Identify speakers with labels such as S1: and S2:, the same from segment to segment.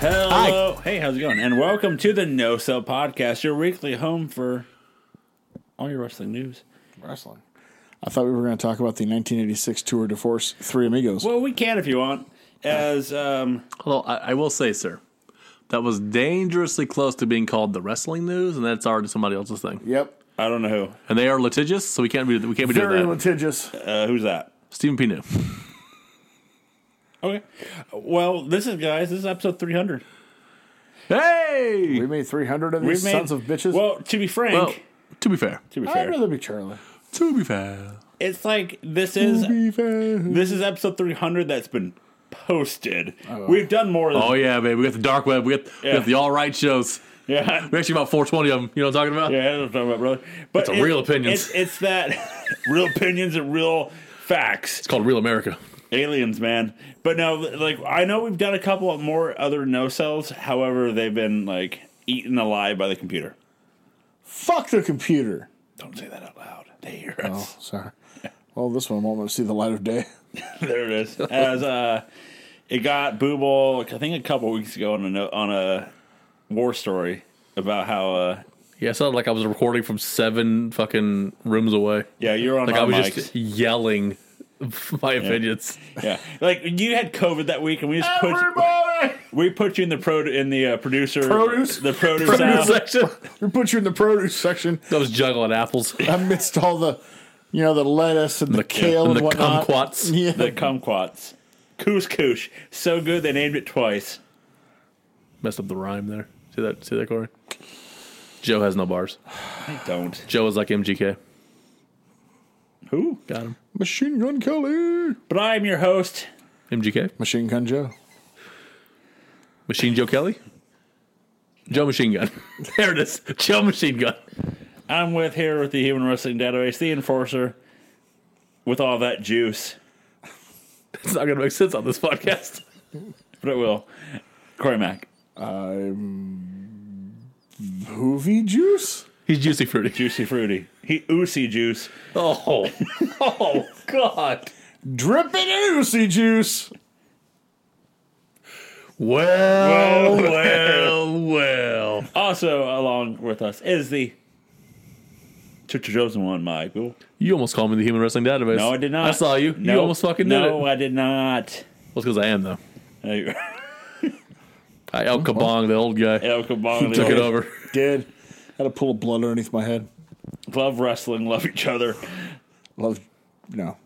S1: Hello. Hey, how's it going? And welcome to the No Sell Podcast, your weekly home for all your wrestling news.
S2: Wrestling. I thought we were going to talk about the 1986 tour de force Three Amigos.
S1: Well, we can if you want. As um,
S3: Although I, I will say, sir, that was dangerously close to being called the wrestling news, and that's already somebody else's thing.
S2: Yep.
S1: I don't know who.
S3: And they are litigious, so we can't be we can't be
S2: Very
S3: doing that.
S2: litigious.
S1: Uh, who's that?
S3: Stephen P. New.
S1: Okay. Well, this is guys. This is episode three hundred.
S3: Hey.
S2: We made 300 of these sons of bitches.
S1: Well, to be frank,
S3: Well, to be fair,
S1: to be
S2: I'd
S1: fair,
S2: rather be Charlie.
S3: to be fair,
S1: it's like this is
S2: Be fair.
S1: this is episode three hundred that's been posted. We've done more. Than,
S3: oh yeah, baby, we got the dark web, we got, we
S1: Yeah.
S3: got the all right shows.
S1: yeah.
S3: We actually about 420 of them. You know what I'm talking about?
S1: Yeah, I don't know what I'm talking about, brother. But
S3: It's a real opinions.
S1: It's, it's that real opinions and real facts.
S3: It's called Real America.
S1: Aliens, man. But no, like I know we've done a couple of more other no cells. However, they've been like eaten alive by the computer.
S2: Fuck the computer.
S1: Don't say that out loud. They hear
S2: Oh,
S1: us.
S2: sorry. Well, this one won't see the light of day.
S3: Oh.
S1: there it is. As uh, it got Booble, like, I think a couple weeks ago on a no- on a war story about how uh,
S3: Yeah, it sounded like I was recording from seven fucking rooms away.
S1: yeah you're on
S3: Like
S1: our
S3: I was
S1: mics.
S3: just yelling my opinions.
S1: yeah, like you had COVID that week and we just put we put you in the pro in the uh, producer
S2: Produce?
S1: the produce,
S3: Produce
S1: aisle.
S3: section.
S2: We put you in the produce section
S3: I was juggling apples.
S2: amidst all the, you know, the lettuce and the, kale
S3: and
S2: and,
S3: the
S2: whatnot.
S3: kumquats.
S2: Yeah.
S1: the kumquats. Couscous, so good they named it twice.
S3: Messed up the rhyme there. See that? See that, Corey? Joe has no bars.
S1: I don't.
S3: Joe is like MGK.
S1: Who?
S3: Got him.
S2: Machine Gun Kelly.
S1: But I am your host.
S3: MGK.
S2: Machine Gun Joe.
S3: Machine Joe Kelly. Joe Machine Gun. there it is. Joe Machine Gun.
S1: I'm with here with the Human Wrestling Database, the Enforcer, with all that juice,
S3: It's not gonna make sense on this podcast.
S1: but it will. Corey Mack,
S2: I'm. Hoovy Juice?
S3: He's juicy fruity.
S1: juicy fruity. He oosy juice.
S3: Oh, oh God.
S2: Dripping Oosey Juice.
S3: Well, well, well.
S1: Also, along with us is the Church of Chosen One, Michael.
S3: You almost called me the Human Wrestling Database.
S1: No, I did not.
S3: I saw you.
S1: No,
S3: you almost fucking did it.
S1: No,
S3: Well,
S1: I did not.
S3: it's because I am though.
S1: Hey,
S3: I El Kabong, the old guy,
S1: El Kabong,
S3: took it
S1: the
S3: over.
S2: Did. Had a pool of blood underneath my head.
S1: love wrestling, love each other.
S2: Love. No.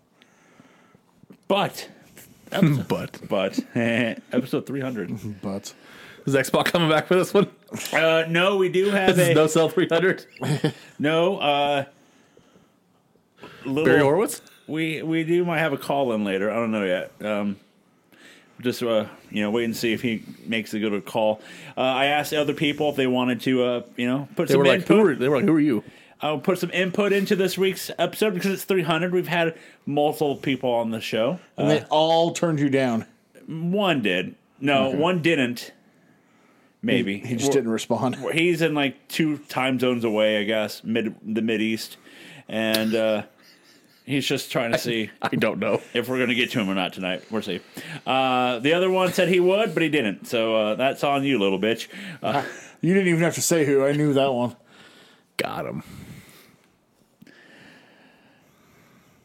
S1: But,
S3: but
S1: but, episode 300.
S2: But.
S3: is Xbox coming back for this one?
S1: Uh, no, we do have
S3: This
S1: a
S3: is no sell three hundred.
S1: no. Uh, little,
S3: Barry Horowitz.
S1: we we do might have a call in later. I don't know yet. Um, just uh, you know, wait and see if he makes a good call. Uh, I asked other people if they wanted to, uh, you know, put
S3: They
S1: some
S3: were like,
S1: input.
S3: who are, they were like, who are you?
S1: I'll put some input into this week's episode because it's 300. We've had multiple people on the show.
S2: And they all turned you down.
S1: One did. No, one didn't. Maybe
S2: He just didn't respond.
S1: he's in like two time zones away, I guess, mid the mid east, and uh, he's just trying to see
S3: I don't know.
S1: if we're gonna get to him or not tonight. We'll see. Uh, the other one said he would, but he didn't. So uh, that's on you, little bitch. Uh,
S2: You didn't even have to say who. I knew that one.
S3: Got him.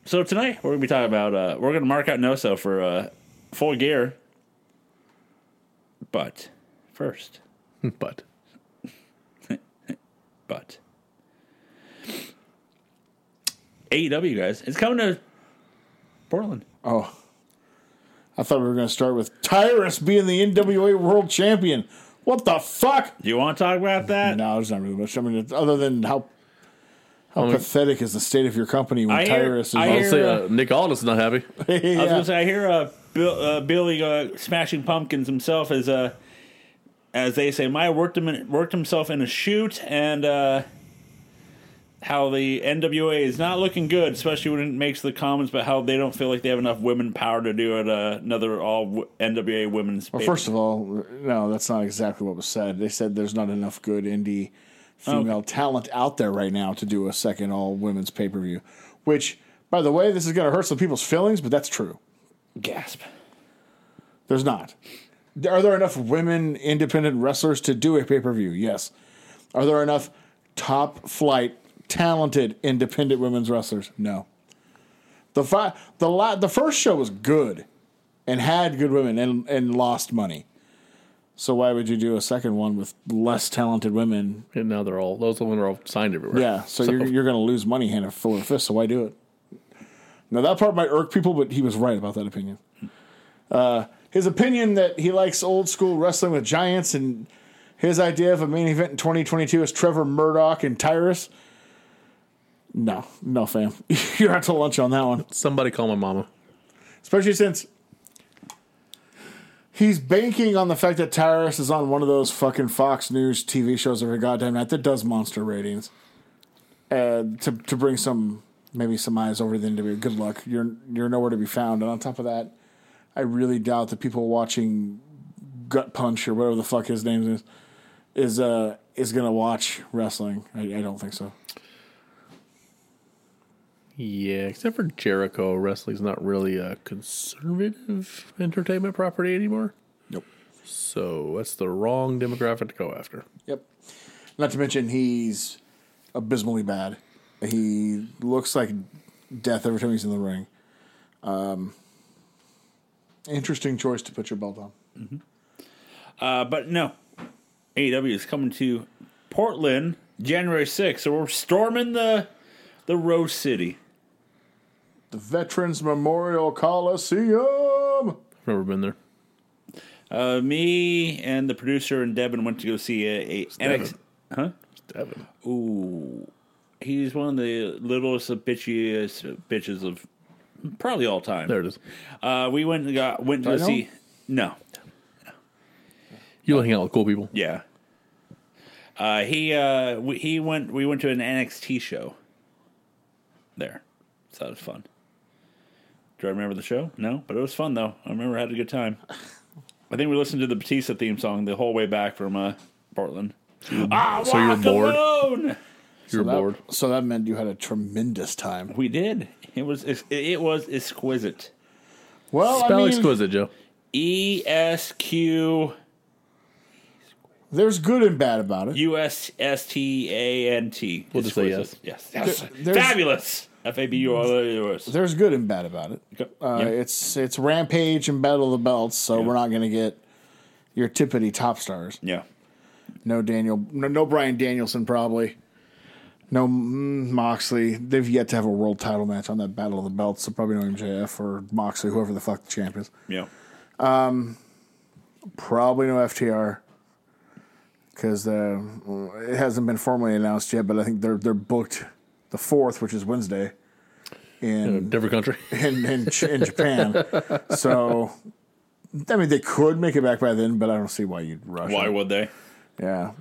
S1: so tonight we're gonna be talking about uh, we're gonna mark out Noso for uh, full gear, but first,
S3: But
S1: but. AEW E guys, it's coming to Portland.
S2: Oh. I thought we were going to start with Tyrus being the NWA World Champion. What the fuck?
S1: Do you want to talk about that?
S2: No, there's not really much. I mean, it's- other than how how pathetic is the state of your company when
S1: I hear-
S2: Tyrus is.
S1: I
S3: I'll
S1: hear-
S3: say uh, Nick Aldis is not happy.
S1: I was
S2: Yeah.
S1: gonna say I hear uh, Bill, uh, Billy uh, smashing pumpkins himself as uh, as they say, my worked him in, worked himself in a shoot and uh, how the NWA is not looking good, especially when it makes the comments about how they don't feel like they have enough women power to do it. Uh, another all w- NWA women's.
S2: Well, first of all, no, that's not exactly what was said. They said there's not enough good indie female talent out there right now to do a second all women's pay per view. Which, by the way, this is going to hurt some people's feelings, but that's true.
S1: gasp.
S2: There's not. Are there enough women independent wrestlers to do a pay per view? Yes. Are there enough top flight, talented independent women's wrestlers? No. The fi- the la- the first show was good, and had good women and and lost money. So why would you do a second one with less talented women
S3: And now they're all those women are all signed everywhere.
S2: yeah, so, you're you're going to lose money hand full of fist. So why do it? Now that part might irk people, but he was right about that opinion. Uh, his opinion that he likes old school wrestling with giants, and his idea of a main event in 2022 is Trevor Murdoch and Tyrus. No, no, fam, you're out to lunch on that one,
S3: Somebody call my mama.
S2: especially since he's banking on the fact that Tyrus is on one of those fucking Fox News TV shows every goddamn night that does monster ratings uh, to to bring some maybe some eyes over the interview. Good luck. You're you're nowhere to be found. And on top of that, I really doubt that people watching Gut Punch or whatever the fuck his name is is uh is gonna watch wrestling. I, I don't think so.
S3: Yeah, except for Jericho, wrestling's not really a conservative entertainment property anymore.
S2: Nope.
S3: So that's the wrong demographic to go after.
S2: Yep. Not to mention he's abysmally bad. He looks like death every time he's in the ring. Um, interesting choice to put your belt on.
S1: Uh, but no, AEW is coming to Portland January 6th, so we're storming the the Rose City.
S2: The Veterans Memorial Coliseum.
S3: I've never been there.
S1: Uh, me and the producer and Devin went to go see a, a NXT. Huh?
S3: Devin.
S1: Ooh, he's one of the littlest, of bitchiest bitches of probably all time.
S3: There it is.
S1: Uh, we went and got went to go
S2: Dino?
S1: see. No,
S3: You'll hang out with cool people.
S1: yeah. Uh, he uh, we, he went. We went to an NXT show. There, so that was fun. Do I remember the show? No, but it was fun though. I remember I had a good time. I think we listened to the Batista theme song the whole way back from uh, Portland. Ah,
S3: So you were
S1: walk
S3: bored?
S1: alone!
S3: You're
S2: That-
S3: bored.
S2: So that meant you had a tremendous time.
S1: We did. It was it, it was exquisite.
S2: Well, I
S3: Spell
S2: mean,
S3: exquisite, Joe.
S1: E S Q
S2: there's good and bad about it.
S1: U S S T A N T.
S3: We'll just say
S1: Exquisite. Yes. yes.
S2: There- there's-
S1: Fabulous. F A B U R L U S.
S2: There's good and bad about it. Uh,
S1: Yeah.
S2: It's it's Rampage and Battle of the Belts, so we're not going to get your tippity top stars.
S1: Yeah.
S2: No Daniel, no, no Brian Danielson probably. No mm, Moxley. They've yet to have a world title match on that Battle of the Belts, so probably no MJF or Moxley, whoever the fuck the champ is.
S1: Yeah.
S2: Probably no FTR because uh, it hasn't been formally announced yet, but I think they're they're booked the fourth, which is Wednesday, in
S3: Different country.
S2: in in, Ch- in Japan. so. I mean, they could make it back by then, but I don't see why you'd rush.
S1: Why
S2: it.
S1: would they?
S2: Yeah.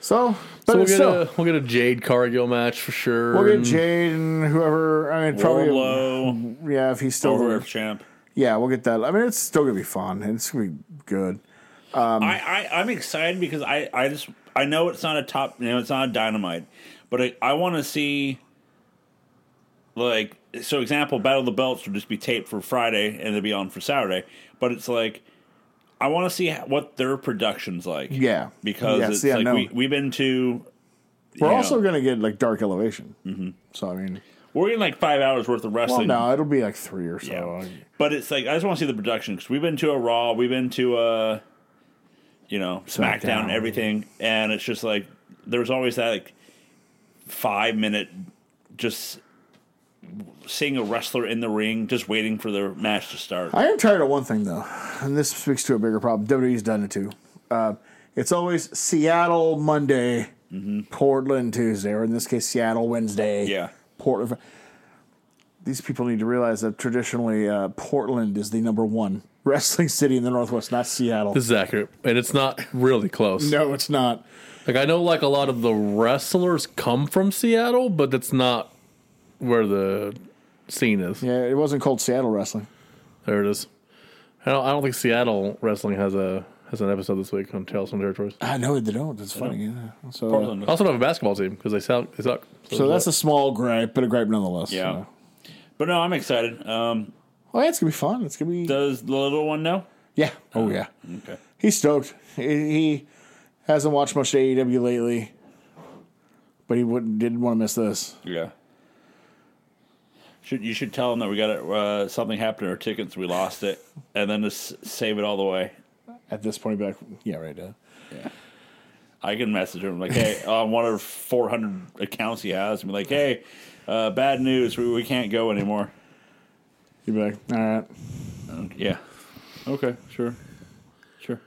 S2: So, but
S3: So we'll
S2: it's
S3: get,
S2: still,
S3: a, we'll get a Jade Cargill match for sure.
S2: We'll get
S3: and
S2: Jade and whoever. I mean, probably
S1: Wardlow,
S2: yeah, if he's still
S1: Overgrip
S2: there.
S1: champ.
S2: Yeah, we'll get that. I mean, it's still gonna be fun and it's gonna be good.
S1: I, I I'm excited because I I just I know it's not a top you know it's not a dynamite, but I I want to see. Like so, example, Battle of the Belts would just be taped for Friday and they'd be on for Saturday. But it's like, I want to see ha- what their production's like.
S2: Yeah,
S1: because
S2: Yes,
S1: it's
S2: yeah,
S1: like
S2: no.
S1: we, we've been to.
S2: We're
S1: you
S2: also
S1: know,
S2: gonna get like Dark Elevation. Mm-hmm. So I mean,
S1: we're getting like five hours worth of
S2: well,
S1: wrestling.
S2: no, it'll be like three or so. um,
S1: Yeah. But it's like I just want to see the production because we've been to a Raw, we've been to a, you know, SmackDown,
S2: SmackDown.
S1: everything, and it's just like there's always that like five minute just seeing a wrestler in the ring, just waiting for their match to start.
S2: I am tired of one thing though, and this speaks to a bigger problem. WWE's done it too. Uh, it's always Seattle Monday, Portland Tuesday, or in this case, Seattle Wednesday.
S1: Yeah.
S2: Portland. These people need to realize that traditionally, uh, Portland is the number one wrestling city in the Northwest, not Seattle.
S3: This is accurate, and it's not really close.
S2: No, it's not.
S3: Like I know, like a lot of the wrestlers come from Seattle, but that's not where the scene is.
S2: Yeah, it wasn't called Seattle wrestling.
S3: There it is. I don't, I don't think Seattle wrestling has a has an episode this week on Tales from Territories.
S2: I know they don't. It's funny. Yeah. So, uh,
S1: Portland.
S3: I also don't have a basketball team because they suck. They suck.
S2: so that's a small gripe, but a gripe nonetheless.
S1: Yeah.
S2: So.
S1: But no, I'm excited. Um,
S2: Well, yeah, it's gonna be fun. It's gonna be.
S1: does the little one know?
S2: Yeah. Oh yeah.
S1: Okay.
S2: He's stoked. He, he hasn't watched much AEW lately, but he wouldn't didn't want to miss this.
S1: Yeah. Should you should tell them that we got it, uh, something happened to our tickets, we lost it, and then just save it all the way.
S2: At this point, he'd be like, yeah, right. Uh,
S1: I can message him like, hey, on one of four hundred accounts he has, and be like, hey, uh, bad news, we, we can't go anymore.
S2: he'd be like, all right.
S1: Yeah. Okay. Sure. Sure.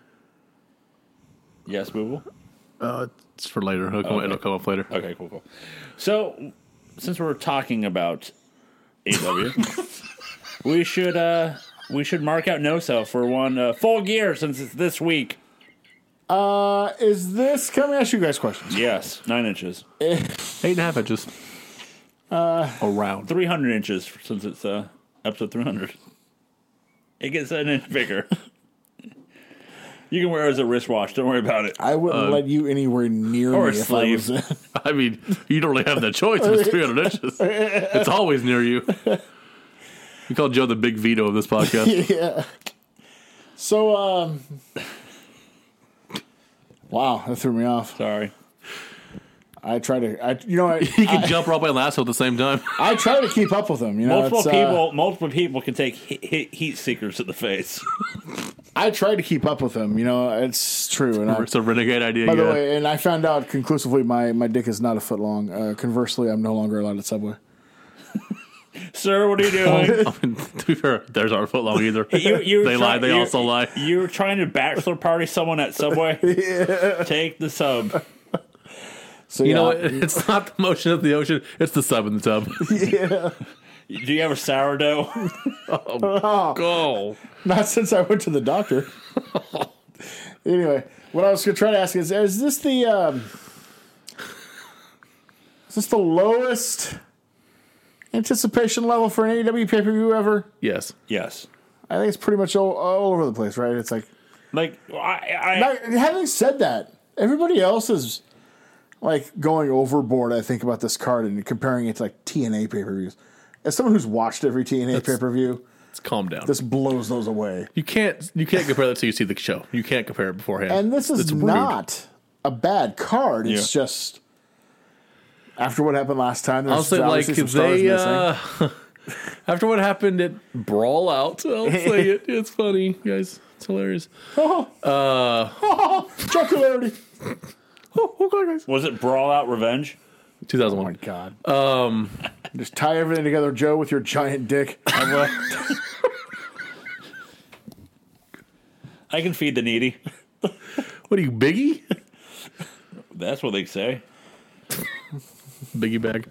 S1: Yes, Booble.
S3: Uh, it's for later. It'll come, it'll come up later.
S1: Okay, cool, cool. So, since we're talking about AW, we should uh we should mark out no self for one uh, full gear since it's this week.
S2: Uh, is this? Can we ask you guys questions?
S1: Yes, nine inches,
S3: Eight and a half inches. Uh, Around.
S1: three hundred inches since it's uh episode three hundred. It gets an inch bigger. you can wear it as a wristwatch. Don't worry about it.
S2: I wouldn't let you anywhere near
S1: or
S2: me
S1: a
S2: if I was.
S1: sleeve.
S3: I mean, you don't really have that choice. If it's 300 inches. It's always near you. We call Joe the big veto of this podcast.
S2: yeah. So, um, wow, that threw me off.
S1: Sorry.
S2: I try to, I you know, I,
S3: He can jump rope and lasso at the same time.
S2: I try to keep up with them. You know,
S1: Multiple
S2: it's, uh,
S1: people, multiple people can take he- he- heat seekers to the face.
S2: I try to keep up with them. You know, it's true. And I,
S3: It's a renegade idea.
S2: by
S3: yeah.
S2: the way, and I found out conclusively my my dick is not a foot long. Uh, conversely, I'm no longer allowed at Subway.
S1: Sir, what are you doing?
S3: I mean, to be fair, there's our foot long either.
S1: You, you were
S3: they lie.
S1: try-
S3: They
S1: you-
S3: also lie.
S1: You were trying to bachelor party someone at Subway. Take the sub.
S2: So
S3: You know,
S2: yeah,
S3: what? it's not the motion of the ocean. It's the sub in the tub.
S1: Do you have a sourdough?
S2: Oh.
S3: Go.
S2: not since I went to the doctor. anyway, what I was going to try to ask is: Is this the um, is this the lowest anticipation level for an AEW pay per view ever?
S3: Yes.
S1: yes.
S2: I think it's pretty much all, all over the place, right? It's like
S1: Like I, I
S2: Now, having said that, everybody else is like going overboard. I think about this card and comparing it to like TNA pay per views. As someone who's watched every TNA pay per view,
S3: Let's calm down.
S2: this blows those away.
S3: you can't. You can't compare that till you see the show. You can't compare it beforehand.
S2: And this is
S3: It's rude.
S2: not a bad card. It's
S1: Yeah.
S2: just after what happened last time. There's
S3: I'll say like
S2: obviously
S3: if
S2: some stars
S3: they
S2: missing.
S3: uh, after what happened at Brawl Out. I'll say it. It's funny, guys. It's hilarious.
S2: Jocularity.
S3: Oh, okay, guys.
S1: was it brawl out revenge?
S3: 2001.
S2: Oh my god. Um, just tie everything together, Joe, with your giant dick.
S1: I can feed the needy.
S3: what are you, Biggie?
S1: That's what they say.
S3: Biggie bag.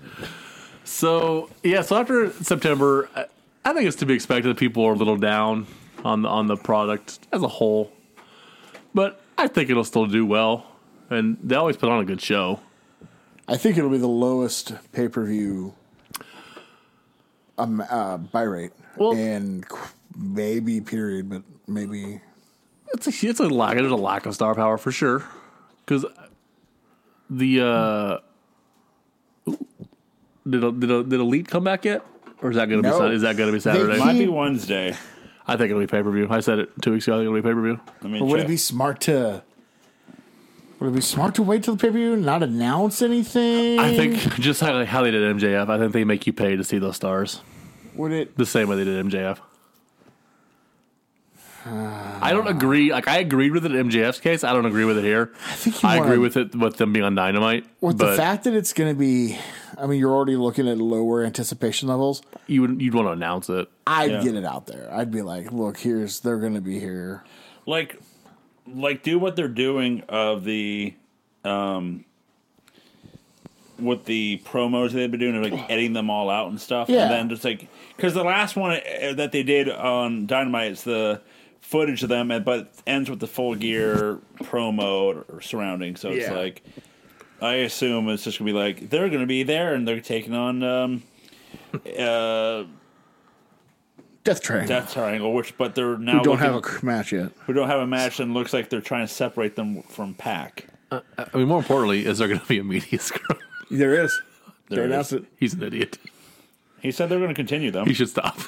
S3: So yeah, so after September, I, I think it's to be expected that people are a little down on the on the product as a whole, but I think it'll still do well, and they always put on a good show.
S2: I think it'll be the lowest pay per view um, uh, buy rate
S3: Well-
S2: and maybe period, but maybe
S3: It's a it's a lack. There's a lack of star power for sure, because the uh, did a, did a, did Elite come back yet, or is that gonna
S2: No.
S3: be Sat- is that gonna be Saturday?
S1: Might be
S2: He-
S1: Wednesday.
S3: I think it'll be pay per view. I said it two weeks ago. I think it'll be pay per view.
S1: Let me
S2: But would
S1: check.
S2: it be smart to? Would it be smart to wait till the pay per view and not announce anything?
S3: I think just how, how they did MJF, I think they make you pay to see those stars
S2: would it.
S3: the same way they did MJF. I don't agree. Like I agreed with it in MJF's case. I don't agree with it here.
S2: Uh. I think you
S3: I
S2: wanna-
S3: agree with it with them being on Dynamite,
S2: with
S3: but
S2: the fact that it's going to be. I mean, you're already looking at lower anticipation levels.
S3: you would you'd want to announce it.
S2: I'd
S1: Yeah.
S2: get it out there. I'd be like, look, here's they're going to be here.
S1: like like do what they're doing of the um with the promos they've been doing of like editing them all out and stuff
S2: Yeah.
S1: and then just like because the last one uh, that they did on dynamite is the footage of them and- but it ends with the full gear promo or surrounding so it's
S2: Yeah.
S1: like i assume it's just gonna be like they're gonna be there and they're taking on um uh
S2: Death Train.
S1: death triangle which but they're now
S2: we don't
S1: looking-
S2: have a c- match yet.
S1: who don't have a match and looks like they're trying to separate them from Pack.
S3: I mean, more importantly, is there going to be a media scrum?
S2: There is.
S1: There
S2: they
S1: is.
S2: announced it.
S3: He's an idiot.
S1: He said they're going to continue them.
S3: He should stop.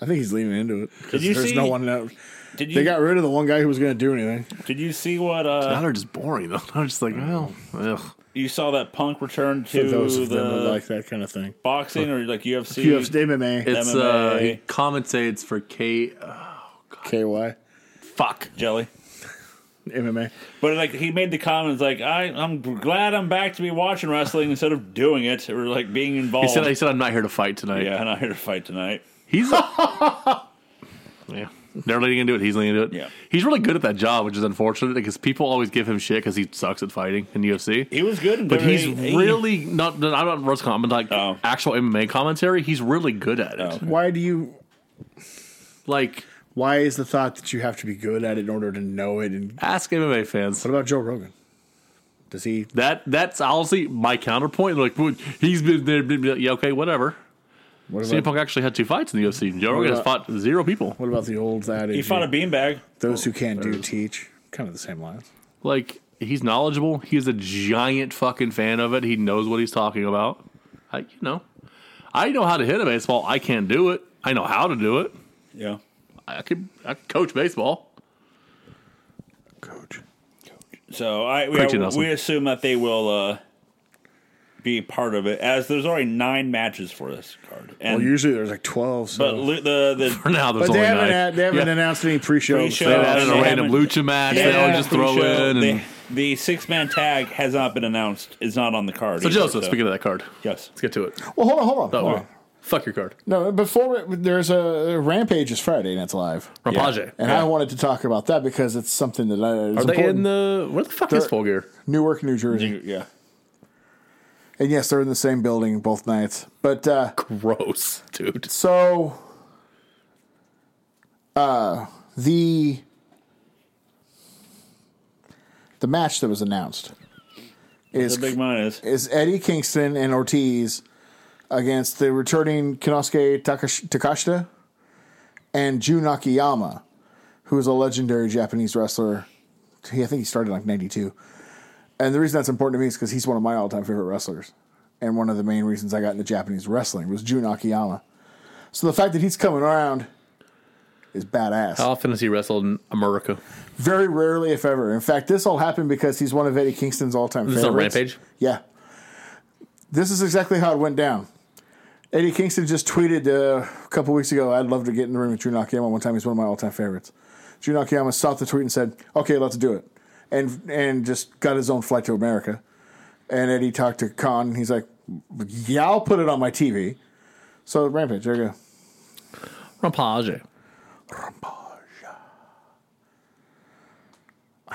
S2: I think he's leaning into it. 'cause
S1: Did you
S2: there's
S1: see-
S2: no one out.
S1: Did you
S2: They got rid of the one guy who was going to do anything.
S1: did you see what uh
S3: Now they're just boring though. I'm just like, well, ugh.
S1: you saw that Punk return to
S2: Those of them who
S1: the
S2: like that kind of thing.
S1: boxing or like UFC?
S2: UFC, MMA,
S3: It's uh,
S1: MMA.
S3: he compensates for K. Uh,
S2: KY,
S3: fuck.
S1: Jelly.
S2: MMA.
S1: But like he made the comments like I I'm glad I'm back to be watching wrestling instead of doing it or like being
S3: He
S1: involved.
S3: said, he said, I'm not here to fight tonight.
S1: yeah, I'm not here to fight tonight.
S3: He's yeah. They're leaning into it. He's leaning into it.
S1: Yeah.
S3: He's really good at that job, which is unfortunate because people always give him shit because he sucks at fighting in UFC.
S1: He was good, in
S3: but he's
S1: WWE.
S3: really not. not- I'm not Russ comment like
S1: Oh.
S3: actual MMA commentary. He's really good at it.
S1: Oh.
S2: Why do you?
S3: Like
S2: Why is the thought that you have to be good at it in order to know it? And
S3: ask MMA fans.
S2: what about Joe Rogan? Does he?
S3: That that's honestly my counterpoint. Like well, he's been there. been- been- Yeah, okay, whatever.
S2: What
S3: CM
S2: about,
S3: Punk actually had two fights in the UFC. and Joe Rogan has
S1: uh,
S2: about-
S3: fought zero people.
S2: what about the old adage?
S1: he fought a beanbag.
S2: those who can't do teach. Kind of the same lines.
S3: Like he's knowledgeable. He's a giant fucking fan of it. He knows what he's talking about. I, you know, I know how to hit a baseball. I can't do it. I know how to do it.
S1: Yeah.
S3: I could I could coach baseball.
S2: Coach.
S1: So I we,
S3: Preach
S1: we
S3: it, Nelson.
S1: assume that they will uh, be part of it as there's already nine matches for this card. And
S2: Well, usually there's like twelve. So.
S1: but lo- the the
S3: For now, there's
S2: But they
S3: only
S2: haven't,
S3: nine.
S2: had, they haven't
S3: Yeah.
S2: announced any pre-show.
S1: Pre-show.
S3: They
S2: so-
S3: added
S1: They
S3: a random
S1: haven't-
S3: lucha match. they always just throw
S1: pre-show,
S3: in.
S1: the,
S3: And,
S1: the six man tag has not been announced. Is not on the card.
S3: so
S1: either,
S3: Joseph, speaking of that card,
S1: yes,
S3: let's get to it.
S2: Well, hold on, hold on.
S3: Oh,
S2: hold
S3: okay.
S2: on.
S3: fuck your card,
S2: No, before we- there's a Rampage is Friday and it's live,
S3: Rampage.
S2: and I wanted to talk about that because it's something that I, it's
S3: Are they
S2: important.
S3: in the where the fuck is
S2: They're-
S3: Full Gear?
S2: Newark, New Jersey,
S1: yeah.
S2: and yes, they're in the same building both nights. But uh,
S3: Gross, dude.
S2: so, uh, the the match that was announced
S1: The
S2: is
S1: big minus.
S2: is Eddie Kingston and Ortiz against the returning Kinosuke Takash- Takashita and Jun Akiyama, who is a legendary Japanese wrestler. He, I think he started in like 92. And the reason that's important to me is because he's one of my all time favorite wrestlers. And one of the main reasons I got into Japanese wrestling was Jun Akiyama. So the fact that he's coming around is badass.
S3: How often has he wrestled in America?
S2: Very rarely, if ever. In fact, this all happened because he's one of Eddie Kingston's all-time
S3: This is on
S2: favorites.
S3: Rampage?
S2: Yeah. This is exactly how it went down. Eddie Kingston just tweeted uh, a couple weeks ago, I'd love to get in the ring with Drew Nakayama one time. He's one of my all-time favorites. Drew Nakayama stopped the tweet and said, okay, let's do it. And, and just got his own flight to America. And Eddie talked to Khan, and he's like, yeah, I'll put it on my TV. So, Rampage, there you go.
S3: Rampage.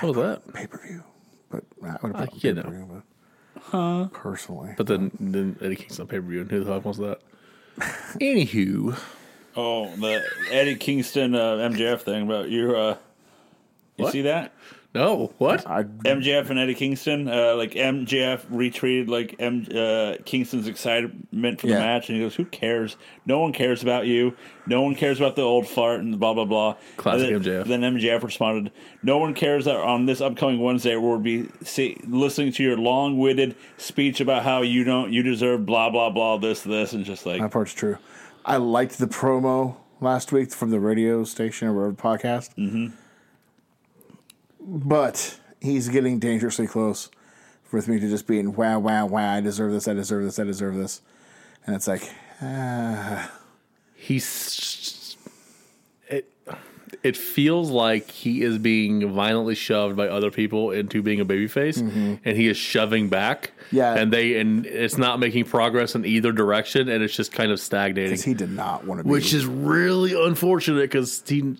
S3: What was that?
S2: Pay-per-view. But I would have put
S3: you
S2: it
S3: know.
S2: on pay-per-view. But personally.
S3: But then, then Eddie Kingston pay per view, and who the fuck wants that? Anywho,
S1: Oh, the Eddie Kingston uh, MJF thing about you. Uh, you
S3: What?
S1: see that?
S3: no, what?
S2: I
S1: MJF and Eddie Kingston, uh, like MJF retweeted like M- uh, Kingston's excitement for the
S2: Yeah.
S1: match, and he goes, "Who cares? No one cares about you. No one cares about the old fart and blah blah blah."
S3: Classic
S1: And then,
S3: MJF.
S1: Then MJF responded, "No one cares that on this upcoming Wednesday we'll be see- listening to your long-witted speech about how you don't you deserve blah blah blah this this and just like
S2: That part's true. I liked the promo last week from the radio station or whatever podcast. Mm-hmm. But he's getting dangerously close with me to just being wow, wow, wow. I deserve this. I deserve this. I deserve this. And it's like
S3: He's it. It feels like he is being violently shoved by other people into being a babyface, and he is shoving back.
S2: Mm-hmm. Yeah.
S3: and they and it's not making progress in either direction, and it's just kind of stagnating.
S2: 'cause he did not want to be.
S3: which is really unfortunate because he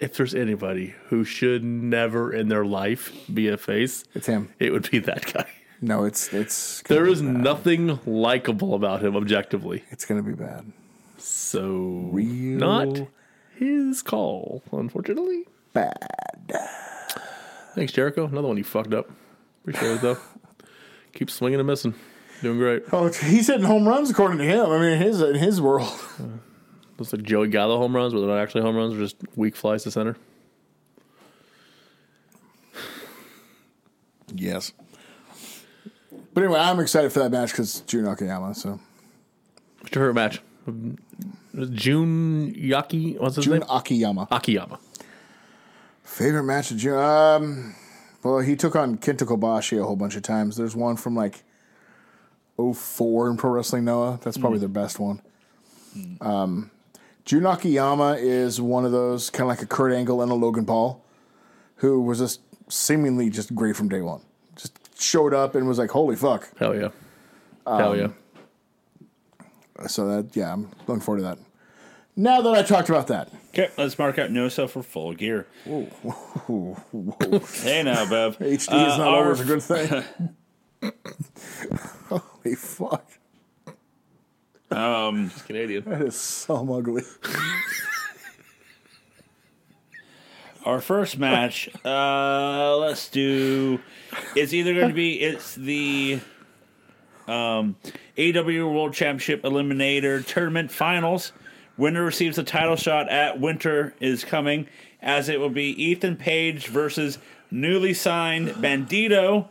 S3: if there's anybody who should never in their life be a face
S2: it's him.
S3: it would be that guy
S2: No, it's it's
S3: there is nothing likable about him objectively
S2: it's gonna be bad.
S3: so
S2: Real
S3: not his call unfortunately
S2: Bad.
S3: thanks jericho another one you fucked up appreciate it though keep swinging and missing doing great
S2: Oh, he's hitting home runs according to him. I mean, his in his world.
S3: looks like joey gallo home runs but they're not actually home runs they're just weak flies to center
S2: Yes. But anyway, I'm excited for that match because Jun Akiyama. So
S3: what's your favorite match June Yaki. What's his
S2: Jun
S3: name?
S2: Akiyama.
S3: Akiyama.
S2: Favorite match of June? Um, well, he took on Kenta Kobashi a whole bunch of times. There's one from like 04 in Pro Wrestling Noah. That's probably their best one. Um, Jun Akiyama is one of those kind of like a Kurt Angle and a Logan Paul, who was just seemingly just great from day one. Just showed up and was like, "Holy fuck!"
S3: Hell yeah. Hell yeah.
S2: So that yeah, I'm looking forward to that. Now that I talked about that,
S1: Okay, let's mark out Nosa for full gear. hey now, Bev. Uh,
S2: HD is not
S1: our-
S2: always a good thing. Holy fuck.
S3: He's Canadian.
S2: That is so ugly.
S1: Our first match, uh, let's do. It's either going to be it's the um, AW World Championship Eliminator Tournament Finals. Winner receives a title shot at Winter is coming, as it will be Ethan Page versus newly signed Bandito.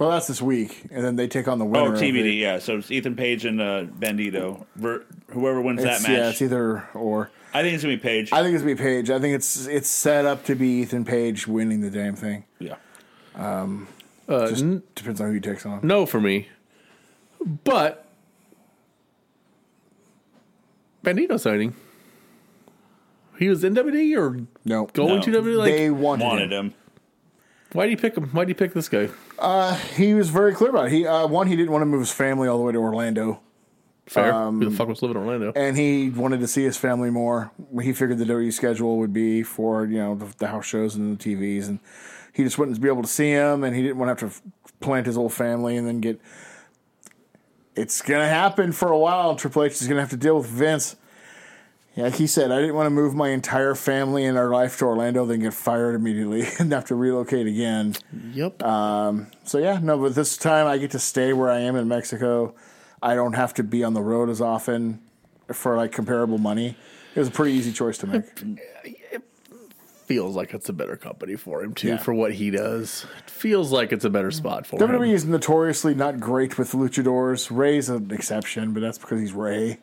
S2: Well, that's this week, and then they take on the
S1: Oh,
S2: winner. of it.
S1: TBD, yeah. So it's Ethan Page and uh, Bandito. Ver- whoever wins
S2: It's-
S1: that
S2: Yeah,
S1: match,
S2: it's either or.
S1: I think it's gonna be Page.
S2: I think it's gonna be Page. I think it's it's set up to be Ethan Page winning the damn thing.
S1: yeah.
S3: Uh,
S2: Just
S3: n-
S2: depends on who he takes on.
S3: no for me. But Bandito signing. He was in WWE or
S2: No,
S3: going
S1: No.
S3: to WWE? Like,
S2: they wanted,
S1: Wanted
S2: him.
S1: him.
S3: why do you pick him? Why do you pick this guy?
S2: He was very clear about it. He uh, one, he didn't want to move his family all the way to Orlando,
S3: Fair. Who the fuck was living in Orlando?
S2: and he wanted to see his family more. He figured the WWE schedule would be for you know the, the house shows and the TVs, and he just wouldn't be able to see him, and he didn't want to have to f- plant his whole family and then get. It's gonna happen for a while. Triple H is gonna have to deal with Vince. Like he said, I didn't want to move my entire family and our life to Orlando, then get fired immediately and have to relocate again.
S3: Yep.
S2: So yeah, no, but this time I get to stay where I am in Mexico. I don't have to be on the road as often for like comparable money. It was a pretty easy choice to make.
S3: feels like it's a better company for him too
S2: Yeah.
S3: for what he does. E It feels like it's a better spot for
S2: WWE
S3: him.
S2: E is notoriously not great with luchadors. Ray's an exception, but that's because he's Ray.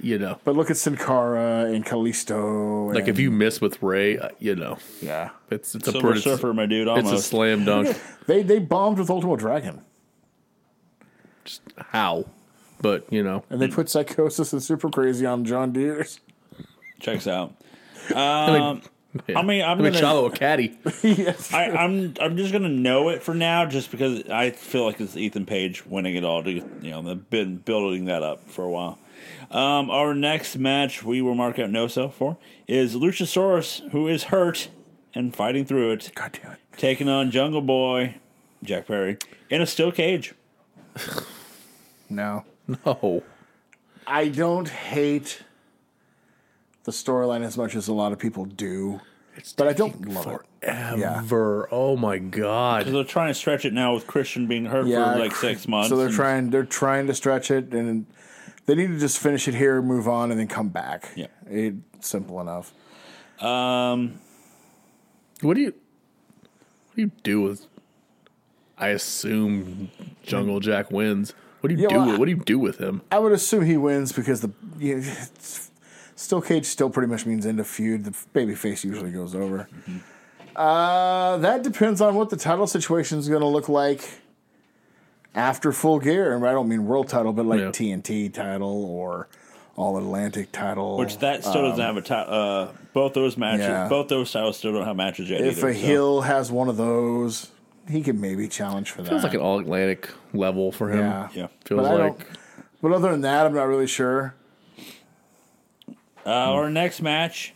S3: You know,
S2: But look at Sin Cara and Kalisto.
S3: like
S2: and-
S3: if you miss with Ray, uh, you know,
S2: yeah,
S3: it's it's a
S1: Silver
S3: pretty,
S1: Surfer, my dude.
S3: It's
S1: Almost.
S3: a slam dunk.
S2: they they bombed with Ultimate Dragon
S3: Just how, but you know,
S2: and they put Psychosis and Super Crazy on John Deere's.
S1: Checks out.
S3: um,
S1: I mean, I'm
S3: I mean,
S1: gonna-
S3: Chavo a caddy.
S2: yes.
S1: I, I'm I'm just gonna know it for now, just because I feel like it's Ethan Page winning it all. To, you know, they've been building that up for a while. Um, our next match we will mark out Nosa for is Luchasaurus, who is hurt and fighting through it,
S2: God damn it.
S1: taking on Jungle Boy, Jack Perry, in a steel cage.
S2: No.
S3: No,
S2: I don't hate the storyline as much as a lot of people do, but I don't love it.
S3: ever. Oh my god.
S1: They're trying to stretch it now with Christian being hurt
S2: Yeah,
S1: for like six months.
S2: so they're
S1: and-
S2: trying they're trying to stretch it, and they need to just finish it here, move on, and then come back.
S1: Yeah.
S2: it, simple enough.
S3: What do you? What do you do with? I assume Jungle Jack wins. What do you
S2: Yeah,
S3: do?
S2: well,
S3: with, what do you do with him?
S2: I would assume he wins because the you know, it's- still cage still pretty much means end of feud. The baby face usually goes over. Uh, that depends on what the title situation is going to look like after full gear, and I don't mean world title, but like
S3: Yeah.
S2: TNT title or All Atlantic title.
S1: Which that still doesn't have a ti Uh, both those matches,
S2: Um, Yeah.
S1: both those styles still don't have matches yet.
S2: if
S1: either,
S2: a
S1: so.
S2: heel has one of those, he could maybe challenge for that.
S3: Feels like an All Atlantic level for him.
S2: yeah.
S1: yeah.
S3: Feels
S2: But I
S3: like
S2: don't- But other than that, I'm not really sure.
S1: Uh, Our next match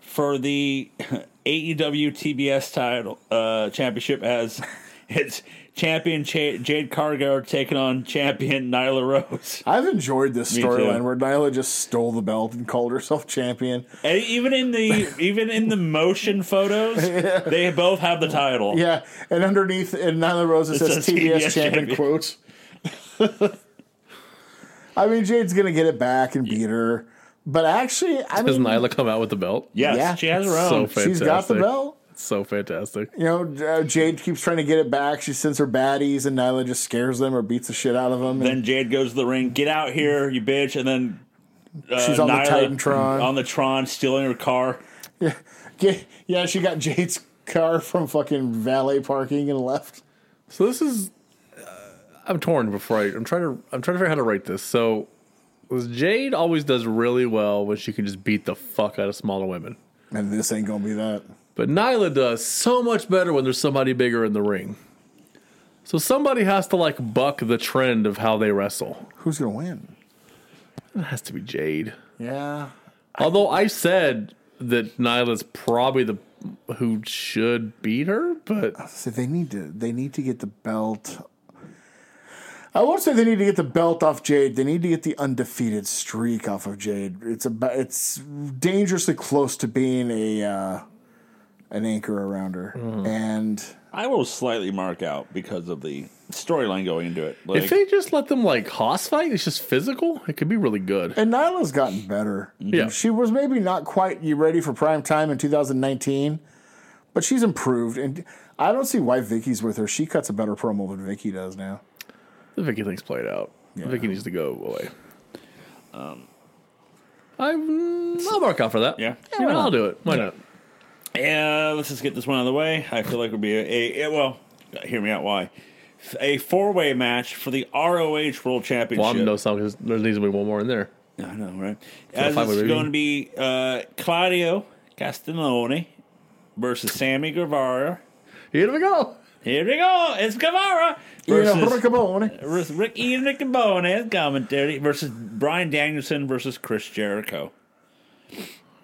S1: for the E AEW TBS title uh, championship as it's champion Cha- Jade Cargo taking on champion Nyla Rose.
S2: I've enjoyed this
S1: Me too.
S2: storyline where Nyla just stole the belt and called herself champion.
S1: And even in the even in the motion photos, they both have the title.
S2: Yeah, and underneath, and Nyla Rose it says
S1: says
S2: TBS,
S1: TBS
S2: champion,
S1: champion.
S2: quotes. I mean, Jade's gonna get it back and beat her, but actually, I
S3: does
S2: mean,
S3: Nyla come out with the belt?
S1: Yes,
S2: Yeah.
S1: she has her
S3: So
S1: own.
S3: fantastic.
S2: she's got the belt.
S3: So fantastic.
S2: You know, uh, Jade keeps trying to get it back. She sends her baddies, and Nyla just scares them or beats the shit out of them. And
S1: then Jade goes to the ring. Get out here, you bitch! And then uh,
S2: She's on the
S1: Nyla
S2: Titantron.
S1: on the Tron, stealing her car.
S2: Yeah, yeah, she got Jade's car from fucking valet parking and left.
S3: So this is, uh, I'm torn before I. I'm trying to. I'm trying to figure out how to write this. So, Jade always does really well when she can just beat the fuck out of smaller women.
S2: And this ain't gonna be that.
S3: But Nyla does so much better when there's somebody bigger in the ring. So somebody has to like buck the trend of how they wrestle.
S2: Who's gonna win?
S3: It has to be Jade.
S2: Yeah,
S3: Although I said that Nyla's probably the who should beat her, but
S2: so they need to they need to get the belt. I won't say they need to get the belt off Jade. They need to get the undefeated streak off of Jade. It's about it's dangerously close to being a uh, an anchor around her, and
S1: I will slightly mark out because of the storyline going into it. Like,
S3: if they just let them like hoss fight, it's just physical. It could be really good.
S2: and Nyla's gotten better.
S3: Yeah.
S2: she was maybe not quite you ready for prime time in 2019, but she's improved. And I don't see why Vicky's with her. She cuts a better promo than Vicky does now.
S3: The Vicky thing's played out. Vicky needs to go away. Um, i will mark out for that.
S1: Yeah.
S3: You know, I'll do it. Why not?
S1: Yeah, let's just get this one out of the way. I feel like it would be a, a well, hear me out. Why a four way match for the ROH World Championship?
S3: Well, I'm no song because there needs to be one more in there.
S1: I know, right? As
S3: five-way
S1: it's
S3: rating.
S1: going to be uh, Claudio Castagnoli versus Sammy Guevara.
S3: Here we go.
S1: Here we go. It's Guevara versus
S2: you know, Riccaboni.
S1: versus Rick Ian Riccobone's commentary versus Brian Danielson versus Chris Jericho.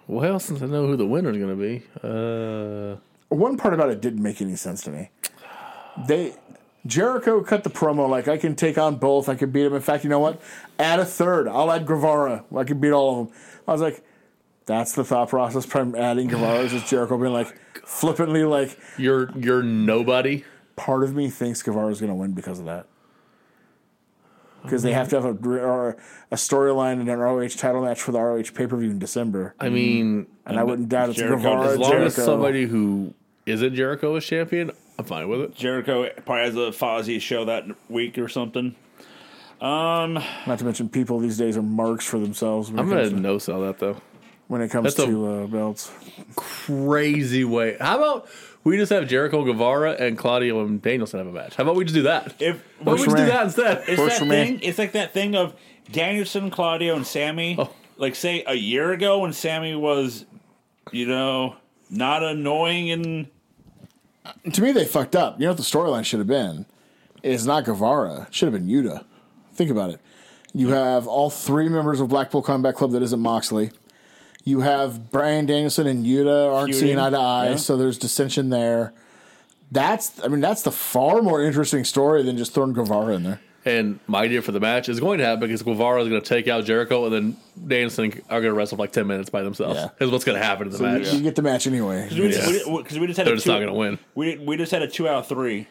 S3: Well, since I know who the winner's going to be, uh,
S2: one part about it didn't make any sense to me. They Jericho cut the promo like I can take on both. I can beat him. In fact, you know what? Add a third. I'll add Guevara. I can beat all of them. I was like, that's the thought process. Prime adding Guevara is just Jericho being like flippantly like.
S3: you're you're nobody.
S2: Part of me thinks Guevara's going to win because of that. Because they have to have a, or a storyline and an ROH title match for the ROH pay per view in December,
S3: I mean,
S2: and I wouldn't doubt it's
S1: Jericho-
S2: Guevara.
S3: as long
S2: Jericho.
S3: as somebody who isn't Jericho is champion, I'm fine with it.
S1: Jericho probably has a Fozzy show that week or something.
S2: not to mention people these days are marks for themselves. when it
S3: I'm
S2: comes
S3: going
S2: to-
S3: to no sell that though.
S2: when it comes
S3: That's a-
S2: to uh, belts.
S3: Crazy way. How about we just have Jericho Guevara and Claudio and Danielson have a match? How about we just do that?
S1: If
S3: Why don't we just do that instead?
S1: It's
S2: Works
S1: that
S2: for me.
S1: thing. It's like that thing of Danielson, Claudio, and Sammy.
S3: Oh.
S1: Like say a year ago when Sammy was, you know, not annoying and
S2: To me, they fucked up. You know what the storyline should have been? It's not Guevara. It should have been Yuta. Think about it. You have all three members of Blackpool Combat Club that isn't Moxley. You have Brian Danielson and Yuta aren't
S1: Feuding,
S2: seeing eye to eye,
S1: yeah.
S2: so there's dissension there. That's, I mean, that's the far more interesting story than just throwing Guevara in there.
S3: And my idea for the match is going to happen because Guevara is going to take out Jericho, and then Danielson are going to wrestle for like ten minutes by themselves.
S2: Yeah.
S3: Is what's going to happen in the match.
S2: You get the match anyway.
S1: because we,
S3: Yeah.
S1: just- we, we, we just had
S3: They're
S1: a
S3: just
S1: two,
S3: not going to win.
S1: We we just had a two out of three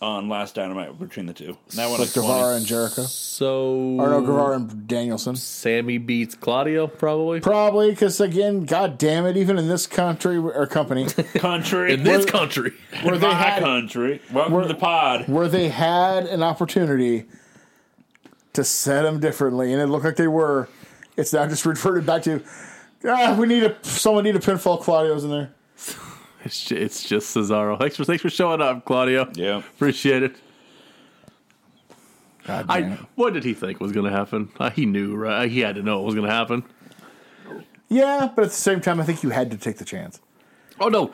S1: on last dynamite between the two. And That one
S2: Like
S1: was
S2: Guevara and Jericho.
S3: So
S2: Or no, Guevara and Danielson.
S3: Sammy beats Claudio probably
S2: Probably, because again, god damn it, even in this country or company,
S1: country
S3: in this
S1: We're-
S3: country.
S2: where they
S1: my
S2: had
S1: country. Welcome to the pod.
S2: where they had an opportunity to set them differently, and it looked like they were. It's now just reverted back to, ah, we need a someone need a pinfall. Claudio's in there.
S3: It's just, it's just Cesaro. Thanks for thanks for showing up, Claudio.
S1: Yeah.
S3: appreciate it.
S2: God
S3: I what did he think was going to happen? Uh, he knew, right? He had to know what was going to happen.
S2: yeah, but at the same time, I think you had to take the chance.
S3: Oh no,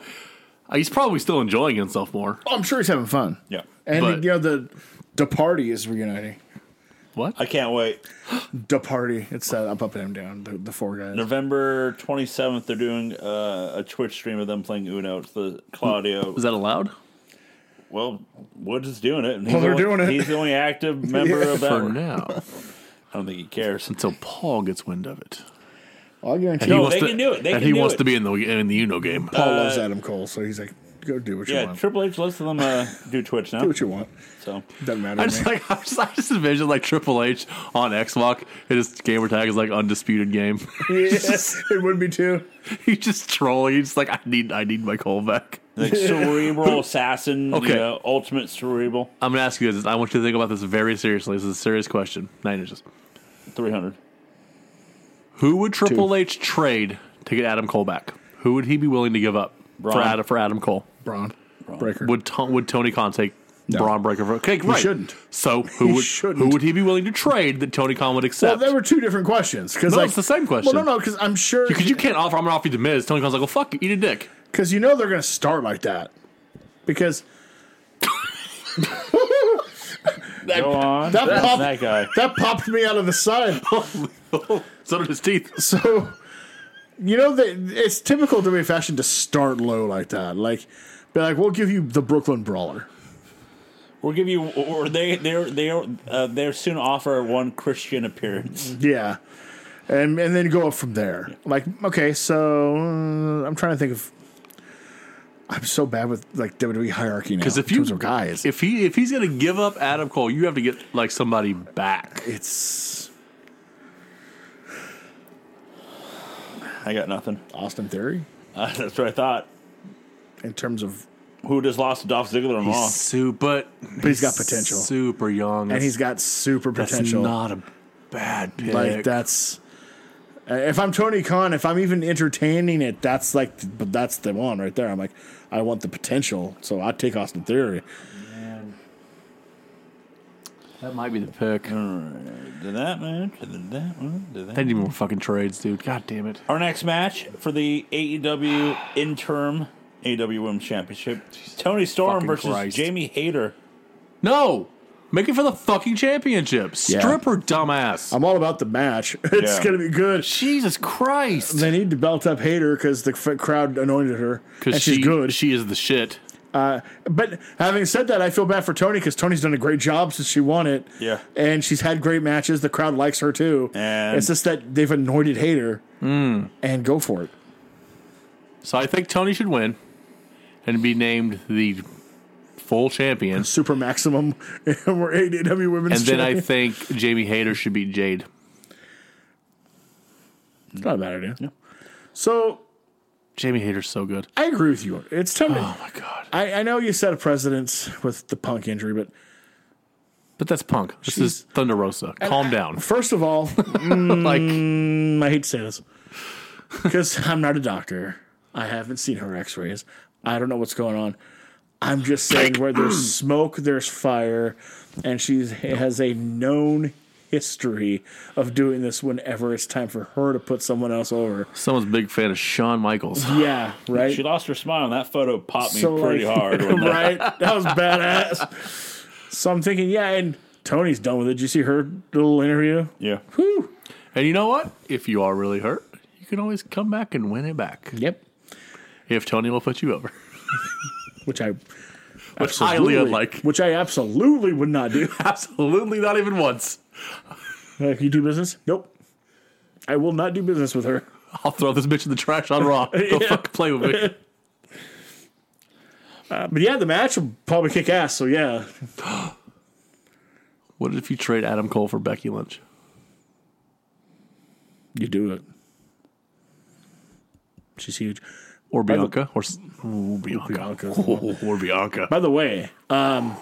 S3: Uh, he's probably still enjoying himself more.
S2: Oh, I'm sure he's having fun.
S1: Yeah.
S2: and
S3: But-
S2: you know the the party is reuniting.
S3: What?
S1: I can't wait.
S2: The party. It's uh, up, up, and down. The, the four guys.
S1: November 27th, they're doing uh, a Twitch stream of them playing Uno. It's the Claudio.
S3: Is that allowed?
S1: Well, Woods is doing it. And
S2: Well,
S1: he's
S2: they're
S1: the only-
S2: doing it.
S1: He's the only active member of that.
S3: For
S1: one.
S3: now,
S1: I don't think he cares.
S3: until Paul gets wind of it.
S2: I'll guarantee
S3: He
S1: No,
S3: uh,
S2: you,
S3: wants
S1: they can do it. They
S3: and
S1: can
S3: he
S1: do
S3: wants
S1: it.
S3: to be in the in the Uno game.
S2: Paul loves Adam Cole, so he's like, go do what you
S1: Yeah,
S2: want.
S1: Triple H lets them uh, do Twitch now.
S2: do what you want.
S1: So
S2: Doesn't matter.
S3: I
S2: to me.
S3: just like I just, I just envision like Triple H on Xbox and his gamer tag is like undisputed game.
S2: it would be too.
S3: he's just trolling. He's like I need I need my call back.
S1: like cerebral assassin,
S3: Okay.
S1: you know, ultimate cerebral
S3: I'm gonna ask you guys. I want you to think about this very seriously. This is a serious question. Nine inches.
S1: 300.
S3: Who would Triple H trade to get Adam Cole back? Who would he be willing to give up for
S1: Braun.
S3: Adam, for Adam Cole?
S2: Braun Breaker.
S3: Would Ton would Tony Khan take
S2: No.
S3: Braun Breaker? For, okay, right.
S2: shouldn't.
S3: So who
S2: He
S3: would
S2: shouldn't.
S3: who would he be willing to trade that Tony Khan would
S2: well,
S3: accept?
S2: there were two different questions because
S3: No,
S2: like,
S3: it's the same
S2: Well,
S3: question.
S2: no, no, because I'm sure
S3: because you can't offer. I'm gonna offer you the Miz. Tony Khan's like, well, fuck, you, eat a dick.
S2: because you know they're going to start like that because
S1: Go on.
S2: that
S1: That's
S2: pop-
S1: that guy.
S2: that popped me out of the side.
S3: It's under his teeth.
S2: So, you know, they, it's typical WWE fashion to start low like that. Like, be like, we'll give you the Brooklyn Brawler.
S1: We'll give you, or they they they uh, they soon offer one Christian appearance.
S2: Yeah. And, and then go up from there. Like, okay, so uh, I'm trying to think of. I'm so bad with like WWE hierarchy now.
S3: Because if
S2: in
S3: you
S2: terms of guys,
S3: if he if he's gonna give up Adam Cole, you have to get like somebody back.
S2: it's
S1: I got nothing.
S2: Austin Theory
S1: Uh, that's what I thought.
S2: in terms of,
S1: Who just lost to Dolph Ziggler and Raw?
S3: Su- but
S2: but he's got potential,
S3: Super young,
S2: and he's got super
S3: that's
S2: potential.
S3: not a bad pick.
S2: like that's uh, if I'm Tony Khan, if I'm even entertaining it, that's like th- but that's the one right there. I'm like, I want the potential, so I take Austin Theory.
S3: that might be the pick.
S1: Did that match? Did that one? Did that?
S3: They need more fucking trades, dude. God damn it.
S1: Our next match for the AEW interim AEW Women's Championship: Tony Storm
S3: fucking
S1: versus
S3: Christ.
S1: Jamie Hayter.
S3: No, make it for the fucking championship.
S2: Yeah. Um,
S3: Stripper, dumbass.
S2: I'm all about the match. It's
S1: Yeah.
S2: gonna be good.
S3: Jesus Christ.
S2: They need to belt up Hater because the f- crowd anointed her, and
S3: Because
S2: she's
S3: she,
S2: good.
S3: She is the shit.
S2: Uh, but having said that, I feel bad for Tony because Tony's done a great job since she won it.
S1: Yeah.
S2: and she's had great matches. The crowd likes her too.
S1: And-
S2: it's just that they've anointed Hater,
S3: Hmm.
S2: and go for it.
S3: So I think Tony should win and be named the full champion.
S2: Super maximum. We're AEW women's.
S3: And then I
S2: champion.
S3: think Jamie Hayter should beat Jade.
S2: It's not a bad idea. So
S3: Jamie Hayter's so good.
S2: I agree with you. It's time
S3: Oh
S2: to.
S3: my god.
S2: I, I know you set a precedence with the punk injury, but
S3: But that's punk. This
S2: She's-
S3: is Thunder Rosa. Calm down.
S2: first of all,
S3: like
S2: mm, I hate to say this because I'm not a doctor. I haven't seen her x rays. I don't know what's going on. I'm just saying where there's smoke, there's fire, and she has a known history of doing this whenever it's time for her to put someone else over.
S3: someone's a big fan of Shawn Michaels.
S2: Yeah, right?
S1: She lost her smile, and that photo popped me
S2: So,
S1: pretty
S2: like-
S1: hard. when that-
S2: right? That was badass. So I'm thinking, yeah, and Tony's done with it. Did you see her little interview?
S1: Yeah.
S2: Whew.
S3: And you know what? If you are really hurt, you can always come back and win it back.
S2: Yep.
S3: If Tony will put you over.
S2: Which I
S3: Which highly
S2: absolutely-
S3: unlike.
S2: Which I absolutely would not do.
S3: Absolutely not even once.
S2: like you do business? Nope. I will not do business with her.
S3: I'll throw this bitch in the trash on Raw. Go
S2: Yeah.
S3: fuck play with me.
S2: Uh, but yeah, the match will probably kick ass. So yeah,
S3: What if you trade Adam Cole for Becky Lynch?
S2: you do it. She's huge.
S3: Or Bianca? Or s- ooh, Bianca.
S2: Bianca's
S3: Ooh, or Bianca.
S2: By the way, um,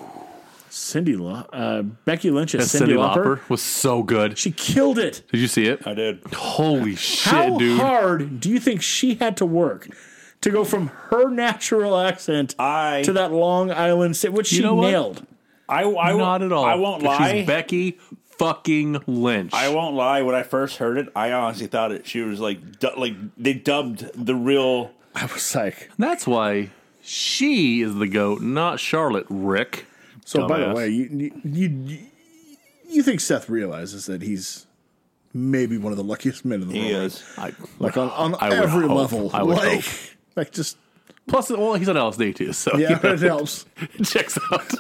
S2: Cindy Lo- uh, Becky Lynch is
S3: That
S2: Cindy,
S3: Cindy
S2: Lauper.
S3: Lauper was so good.
S2: She killed it.
S3: Did you see it?
S1: I did.
S3: Holy shit,
S2: How
S3: dude.
S2: hard do you think she had to work to go from her natural accent
S1: I-
S2: to that Long Island sit, which
S3: You
S2: she
S3: know what?
S2: nailed?
S1: I, I
S3: Not at all.
S1: I won't
S3: But
S1: lie.
S3: She's Becky fucking Lynch.
S1: I won't lie. When I first heard it, I honestly thought it. She was like, du- like they dubbed the real.
S3: Oh,
S2: I was like,
S3: That's why she is the goat, not Charlotte Rick.
S2: so. By the
S3: Dumbass.
S2: way, you, you you you think Seth realizes that he's maybe one of the luckiest men in the
S1: He
S2: world?
S1: is.
S3: I,
S2: Like on, on
S3: I would
S2: every
S3: hope.
S2: level,
S3: I would
S2: like
S3: hope.
S2: like just
S3: Plus, well, he's on LSD too, so
S2: yeah,
S3: you know,
S2: it helps.
S3: it checks out.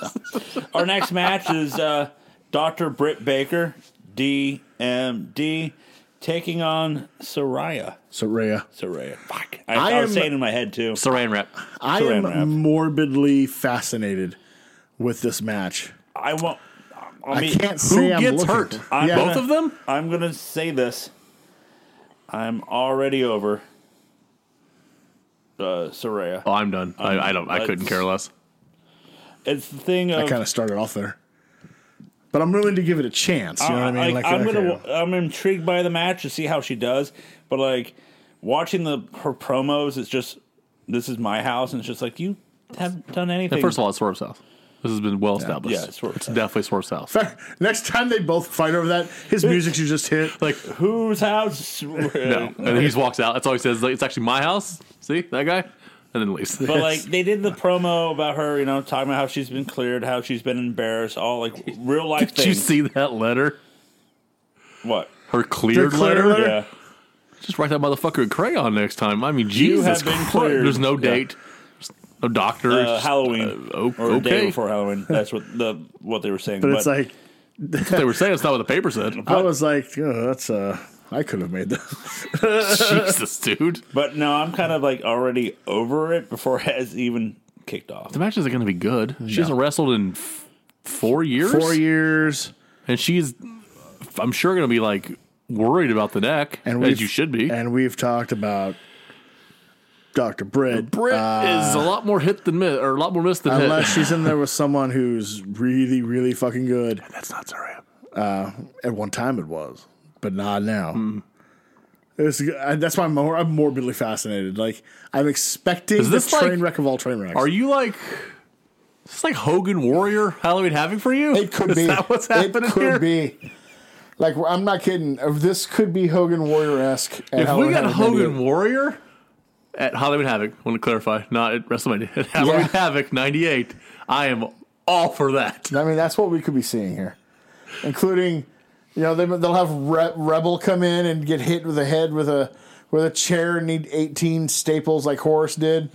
S1: Our next match is uh, Doctor Britt Baker, DMD, taking on Soraya.
S2: Soraya,
S1: Soraya. Fuck. I,
S2: I
S1: I was
S2: am-
S1: saying in my head too.
S3: Saran wrap.
S2: I
S1: Saran
S2: am
S1: wrap.
S2: morbidly fascinated with this match.
S1: I won't. I,
S2: I
S1: mean,
S2: can't
S3: Who
S2: say I'm
S3: gets
S2: looking
S3: hurt?
S2: for-
S1: I'm-
S2: Yeah.
S3: Both of them?
S1: I'm gonna say this. I'm already over. Uh, Soraya.
S3: Oh, I'm done.
S1: Um,
S3: I, I don't. I couldn't care less.
S1: It's the thing
S2: I
S1: of
S2: kind of started off there.
S4: but I'm willing to give it a chance. You know what I mean?
S1: Like,
S4: Like,
S1: I'm
S4: okay.
S1: gonna, I'm intrigued by the match to see how she does. But like watching the her promos, it's just this is my house, and it's just like you haven't done anything.
S3: And first of all, it's Swerve South. This has been well established.
S1: Yeah, it's Swerve
S3: it's
S1: South.
S3: definitely Swerve South.
S4: Next time they both fight over that, his music should just hit.
S3: Like
S1: whose house?
S3: no, and he just walks out. That's all he says. Like, it's actually my house. See that guy, and then leaves.
S1: But like they did the promo about her, you know, talking about how she's been cleared, how she's been embarrassed, all like real life
S3: Did you
S1: things.
S3: see that letter?
S1: what?
S3: Her cleared
S4: clear
S3: letter.
S4: letter?
S1: Yeah.
S3: Just write that motherfucker in crayon next time. I mean, Jesus
S1: have been
S3: Christ.
S1: cleared.
S3: There's no
S1: Yeah.
S3: date. There's No doctor. It's
S1: Uh,
S3: just-
S1: Halloween
S3: uh, o-
S1: or the day
S3: okay.
S1: before Halloween. That's what the what they were saying.
S4: but it's like
S3: That's what they were saying. It's not what the paper said.
S4: I was like, oh, that's uh, I could have made that.
S3: Jesus, dude.
S1: But no, I'm kind of like already over it before it has even kicked off.
S3: The match isn't going to be good. She hasn't wrestled in f- four years.
S4: Four years,
S3: and she's, I'm sure, going to be like worried about the neck,
S4: and
S3: as
S4: we've-
S3: you should be.
S4: And we've talked about Doctor Britt. uh,
S3: Britt is a lot more hit than miss, or a lot more miss than hit.
S4: Unless she's in there with someone who's really, really fucking good.
S3: That's not Soraya.
S4: At one time it was, but not now.
S3: Hmm.
S4: It's, I- that's why I'm, more, I'm morbidly fascinated. Like I'm expecting
S3: Is
S4: the
S3: this
S4: train
S3: like-
S4: wreck of all train wrecks.
S3: Are you like? Is this like Hogan Warrior Halloween Havoc for you?
S2: It could
S3: is
S2: be.
S3: that what's happening
S2: It could
S3: here?
S2: be. Like I'm not kidding. Uh, This could be Hogan Warrior esque.
S3: If we got Hogan Warrior at Halloween Havoc, want to clarify, not at WrestleMania, at Halloween
S2: Yeah.
S3: Havoc '98, I am all for that.
S2: I mean, that's what we could be seeing here, including, you know, they, they'll have Re- Rebel come in and get hit with a head with a with a chair and need 18 staples like Horace did,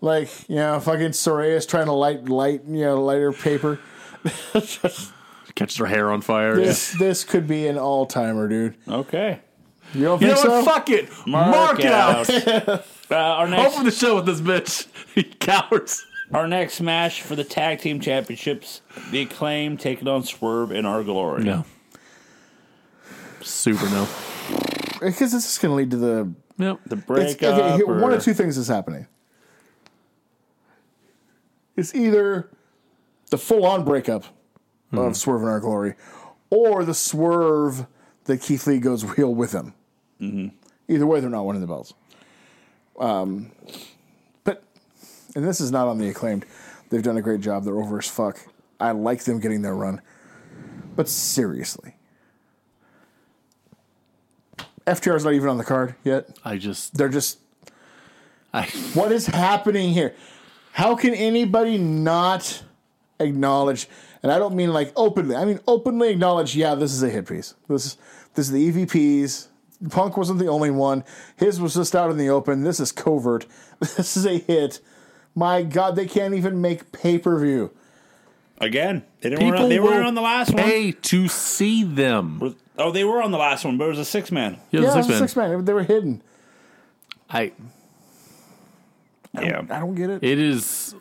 S2: like you know, fucking Soraya's trying to light light you know lighter paper.
S3: Catches her hair on fire.
S2: This this could be an all timer, dude.
S1: Okay.
S2: You don't
S3: You
S2: think
S3: know
S2: so?
S3: what? Fuck it. Mark, out.
S1: uh, our next
S3: Open the show with this bitch. You cowards.
S1: our next match for the tag team championships, the acclaim taking on Swerve in our glory.
S3: No. Super no.
S2: Because this is going to lead to the.
S3: Yep.
S1: The
S2: It's,
S1: breakup.
S2: okay, here- one
S1: or-
S2: of two things is happening. It's either the full on breakup of Swerve and Our Glory, or the swerve that Keith Lee goes real with him. Either way, they're not winning the belts. Um, but, and this is not on the acclaimed. They've done a great job. They're over as fuck. I like them getting their run. But seriously, FTR's not even on the card yet.
S3: I just
S2: They're just
S3: I
S2: what is happening here? How can anybody not acknowledge? And I don't mean like openly. I mean openly acknowledge. Yeah, this is a hit piece. This is this is the EVPs. Punk wasn't the only one. His was just out in the open. This is covert. This is a hit. My God, they can't even make pay per view.
S1: Again, they didn't. Were
S3: people
S1: on, they
S3: will
S1: were on the last
S3: pay to see them.
S1: one. Oh, they were on the last one, but it was a six man.
S2: Yeah,
S3: Yeah,
S2: it
S3: the
S2: was
S3: six
S2: a
S3: man.
S2: six man. They were hidden.
S3: I
S1: Yeah.
S2: I don't get it.
S3: it is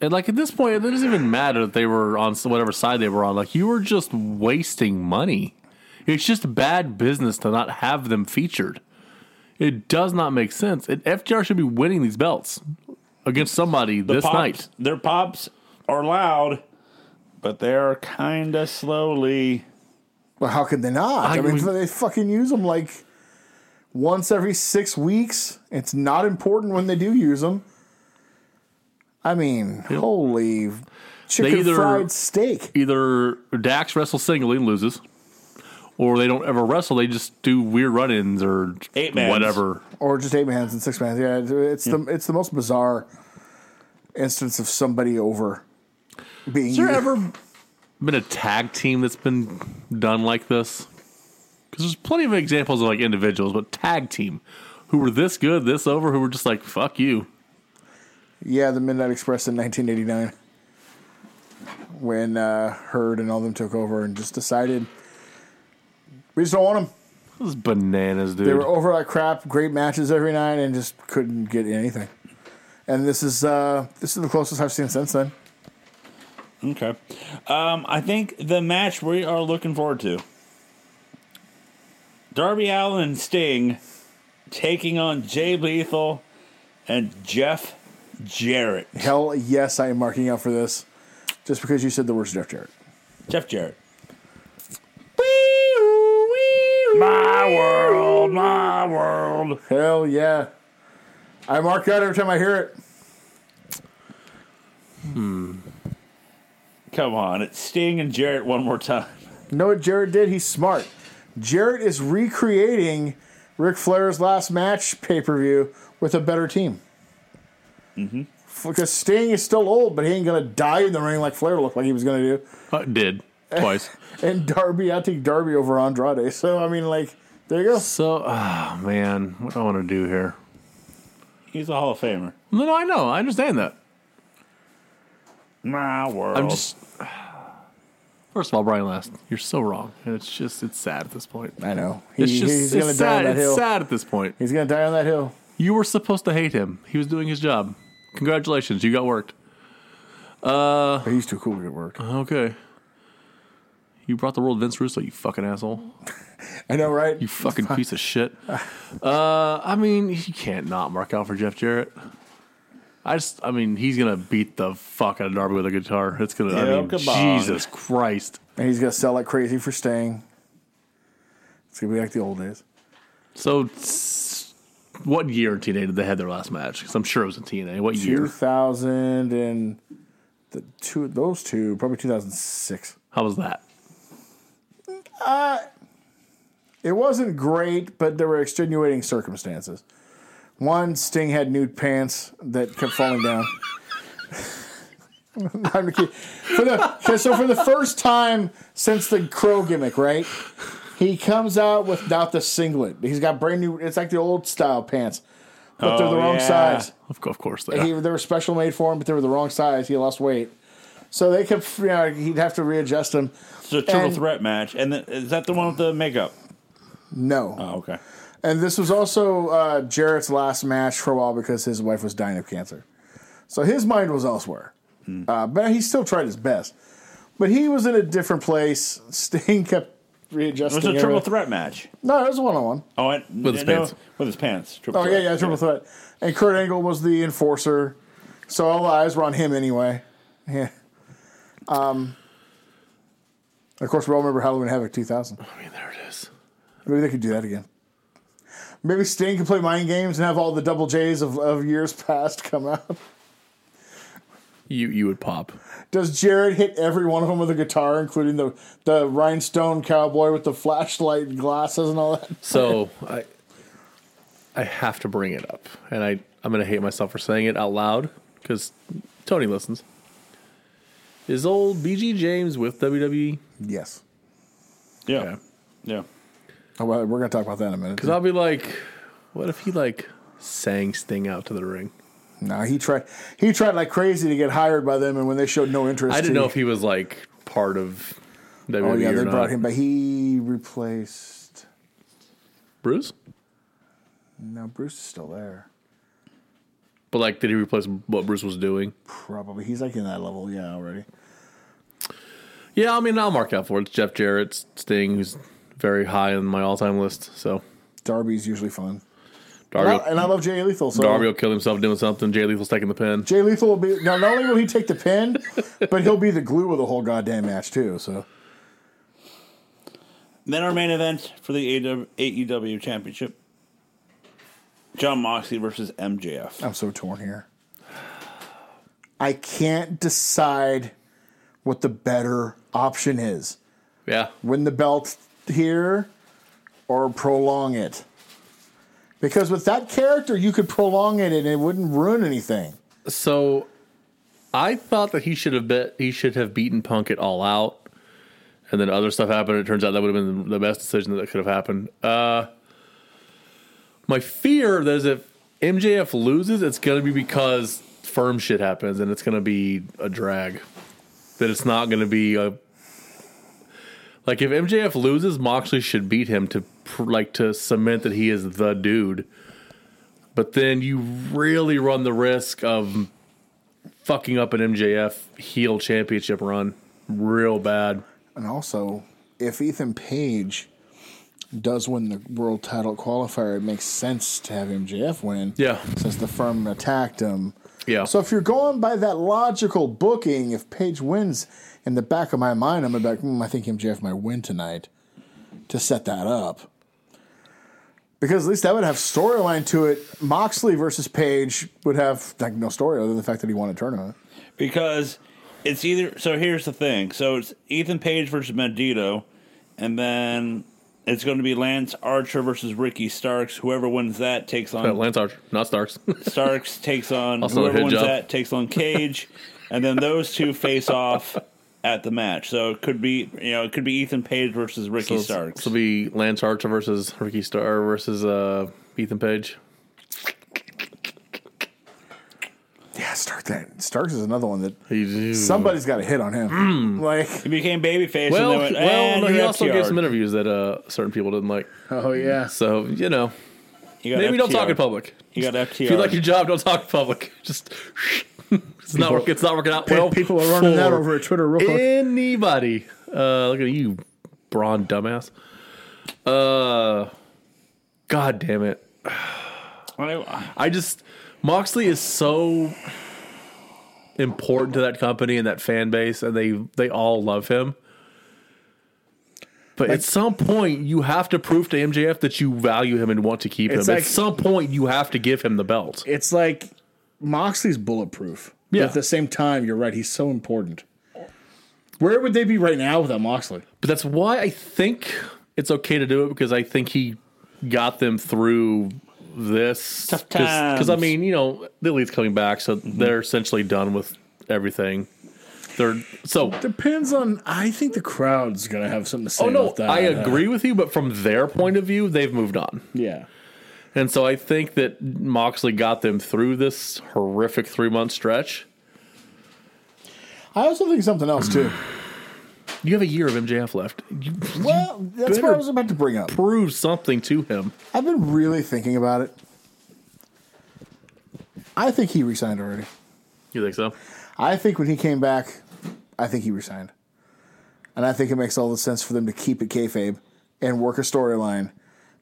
S3: and like at this point it doesn't even matter that they were on s- whatever side they were on. Like you were just wasting money. It's just bad business to not have them featured. It does not make sense. It, FTR should be winning these belts against somebody this
S1: pops,
S3: night.
S1: Their pops are loud, but they're kind of slowly.
S2: Well, how could they not? I,
S3: I
S2: mean,
S3: would-
S2: they fucking use them like once every six weeks. It's not important when they do use them. I mean, holy chicken
S3: either-
S2: fried steak.
S3: either Dax wrestles singly and loses, or they don't ever wrestle. They just do weird run-ins or
S1: Eight mans.
S3: whatever.
S2: Or just eight mans and six mans. Yeah, it's- it's the it's the most bizarre instance of somebody over being.
S3: Has there
S2: used.
S3: ever been a tag team that's been done like this? Because there's plenty of examples of like individuals, but tag team who were this good, this over, who were just like fuck you.
S2: Yeah, the Midnight Express in 1989, when uh, Heard and all them took over and just decided we just don't want them.
S3: This is bananas, dude.
S2: They were over like crap, great matches every night, and just couldn't get anything. And this is uh, this is the closest I've seen since then.
S1: Okay. Um, I think the match we are looking forward to Darby Allen and Sting taking on Jay Lethal and Jeff Jarrett.
S2: Hell yes, I am marking out for this.
S4: Just because you said the words Jeff Jarrett.
S1: Jeff Jarrett. My world, my world.
S2: Hell yeah. I mark out every time I hear it.
S1: Come on, it's Sting and Jarrett one more time.
S2: You know what Jarrett did? He's smart. Jarrett is recreating Ric Flair's last match pay per view with a better team. Mm-hmm. Because Sting is still old, but he ain't gonna die in the ring like Flair looked like he was gonna do.
S3: Uh, did twice.
S2: And Darby, I take Darby over Andrade. So I mean, like, there you go.
S3: so, oh, man, what do I want to do here?
S1: He's a Hall of Famer.
S3: No, no, I know. I understand that.
S1: My world.
S3: I'm just. First of all, Brian Last, you're so wrong. And it's just, it's sad at this point.
S2: I know. He,
S3: It's just,
S2: he's gonna
S3: it's
S2: die on
S3: sad.
S2: that hill.
S3: It's sad at this point.
S2: He's gonna die on that hill.
S3: You were supposed to hate him. He was doing his job. Congratulations, you got worked.
S2: But he's too cool to get work.
S3: Okay. You brought the world Vince Russo, you fucking asshole.
S2: I know, right?
S3: You fucking piece of shit. Uh, I mean, you can't not mark out for Jeff Jarrett. I just, I mean, he's gonna beat the fuck out of Darby with a guitar. It's gonna, I
S1: Yeah,
S3: mean,
S1: come on.
S3: Jesus Christ.
S2: and he's gonna sell like crazy for staying. It's gonna be like the old days.
S3: So, s- what year in TNA did they have their last match? Because I'm sure it was in TNA. What
S2: Two
S3: year?
S2: thousand and the two those two probably two thousand six.
S3: How was that?
S2: It wasn't great, but there were extenuating circumstances. One, Sting had nude pants that kept falling down. I'm kidding. For the, 'kay, so for the first time since the crow gimmick, right? He comes out without the singlet. He's got brand new. It's like the old style pants, but they're the
S1: Oh,
S2: wrong
S1: yeah.
S2: size.
S3: Of, co- of course, they.
S2: He, they were special made for him, but they were the wrong size. He lost weight, so they kept. You know, he'd have to readjust them.
S1: it's a triple
S2: and-
S1: threat match. And the, is that the one with the makeup?
S2: No,
S1: Oh, okay.
S2: And this was also uh, Jarrett's last match for a while because his wife was dying of cancer. So his mind was elsewhere.
S1: Hmm.
S2: Uh, but he still tried his best. But he was in a different place. Sting kept
S1: It was
S2: readjusting.
S1: a triple
S2: everything.
S1: threat match.
S2: No, it was one on one.
S1: Oh, and, with
S3: his pants.
S1: With his pants. Triple
S2: Oh, yeah,
S1: threat.
S2: yeah, triple threat. And Kurt Angle was the enforcer. So all the eyes were on him anyway. Yeah. Um, of course, we all remember Halloween Havoc 2000.
S3: I mean, there it is.
S2: Maybe they could do that again. Maybe Sting can play mind games and have all the double J's of, of years past come out.
S3: You you would pop.
S2: Does Jared hit every one of them with a guitar, including the, the rhinestone cowboy with the flashlight and glasses and all that?
S3: So I I have to bring it up, and I I'm gonna hate myself for saying it out loud because Tony listens. Is old BG James with E? WWE?
S2: Yes.
S1: Yeah.
S3: Yeah.
S1: Yeah.
S2: Oh, well, we're going to talk about that in a minute.
S3: Because I'll be like, what if he like sang Sting out to the ring?
S2: No, he tried he tried like crazy to get hired by them, and when they showed no interest,
S3: I didn't know if he was like part of WWE
S2: Oh yeah,
S3: or
S2: they
S3: not.
S2: brought him, but he replaced.
S3: Bruce,
S2: No, Bruce is still there.
S3: but like, did he replace what Bruce was doing?
S2: Probably he's like in that level, yeah, already.
S3: Yeah, I mean, I'll mark out for it. It's Jeff Jarrett, Sting, who's very high on my all-time list. So
S2: Darby's usually fun, and I,
S3: Dario,
S2: and I love Jay Lethal. So
S3: Dario killed himself doing something. Jay Lethal's taking the pin.
S2: Jay Lethal will be now. Not only will he take the pin, but he'll be the glue of the whole goddamn match too. So
S1: Then our main event for the AEW AEW E Championship John Moxley versus MJF.
S2: I'm so torn here. I can't decide what the better option is:
S3: Yeah,
S2: win the belt here or prolong it. Because with that character, you could prolong it and it wouldn't ruin anything.
S3: So I thought that he should have bet he should have beaten Punk it all out. And then other stuff happened. It turns out that would have been the best decision that could have happened. Uh, my fear that is if MJF loses, it's going to be because firm shit happens and it's going to be a drag. That it's not going to be a. Like, if MJF loses, Moxley should beat him to, pr- like, to cement that he is the dude but then you really run the risk of fucking up an MJF heel championship run real bad.
S2: And also, if Ethan Page does win the world title qualifier, it makes sense to have MJF win.
S3: Yeah.
S2: Since the firm attacked him.
S3: Yeah.
S2: So if you're going by that logical booking, if Paige wins, in the back of my mind, I'm gonna be like, hmm, I think MJF might win tonight to set that up. Because at least that would have storyline to it. Moxley versus Paige would have like no story other than the fact that he won a tournament.
S1: because it's either so here's the thing so it's ethan page versus Mendito, and then it's going to be lance archer versus ricky starks whoever wins that takes on
S3: Uh, Lance Archer, not Starks.
S1: starks takes on
S3: Also a
S1: whoever
S3: hit
S1: wins
S3: job.
S1: that takes on cage and then those two face off at the match so it could be you know it could be ethan page versus ricky starks
S3: This will be Lance Archer versus Ricky Star versus uh, Ethan Page.
S2: Yeah, Stark that Starks is another one that
S3: He-
S2: somebody's got a hit on him.
S4: Mm.
S2: Like
S1: he became babyface
S3: Well,
S1: and they went,
S3: well,
S1: and
S3: no,
S1: you're
S3: he also
S1: FTR.
S3: gave some interviews that uh, certain people didn't like.
S4: Oh yeah.
S3: So you know,
S1: You got
S3: maybe don't talk
S1: FTR.
S3: in public.
S1: You got FTR.
S3: If you like your job, don't talk in public. Just it's not work, It's not working out well.
S4: people are running that
S3: for
S4: over at Twitter real quick.
S3: anybody. Uh, look at you, brawn dumbass. Uh, God damn it! I just Moxley is so important to that company and that fan base, and they they all love him. But at some point, you have to prove to MJF that you value him and want to keep him.
S4: It's
S3: at
S4: like-
S3: some point, you have to give him the belt.
S4: It's like Moxley's bulletproof.
S3: Yeah.
S4: But at the same time, you're right. He's so important. Where would they be right now without Moxley?
S3: But that's why I think it's okay to do it because I think he got them through this
S1: Tough
S3: Because I
S1: times.
S3: mean, you know, the elite's coming back, so they're essentially done with everything. They're so.
S4: Depends on. I think the crowd's gonna have something to say
S3: Oh no,
S4: about that.
S3: I agree with you, but from their point of view, they've moved on,
S4: Yeah.
S3: and so I think that Moxley got them through this horrific three month stretch.
S2: I also think something else too.
S3: You have a year of MJF left. You
S2: Well, that's what I
S3: better-
S2: was about to bring up.
S3: prove something to him.
S2: I've been really thinking about it. I think he resigned already.
S3: You think so?
S2: I think when he came back, I think he resigned. And I think it makes all the sense for them to keep it kayfabe and work a storyline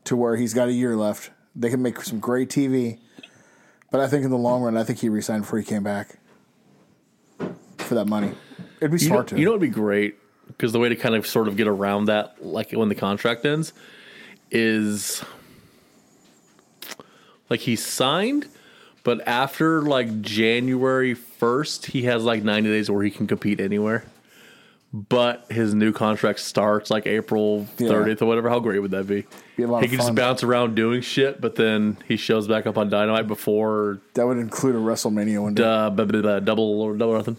S2: to where he's got a year left. They can make some great TV. But I think in the long run, I think he resigned before he came back for that money. It'd be
S3: You know,
S2: smart to.
S3: you know what'd be great because the way to kind of sort of get around that, like when the contract ends, is like he signed, but after like January first, he has like ninety days where he can compete anywhere. But his new contract starts like April
S2: Yeah.
S3: thirtieth or whatever. How great would that be?
S2: Be a lot
S3: he
S2: of
S3: could
S2: fun.
S3: just bounce around doing shit, but then he shows back up on Dynamite before
S2: that would include a WrestleMania one day.
S3: uh, blah, blah, blah, double or double or nothing.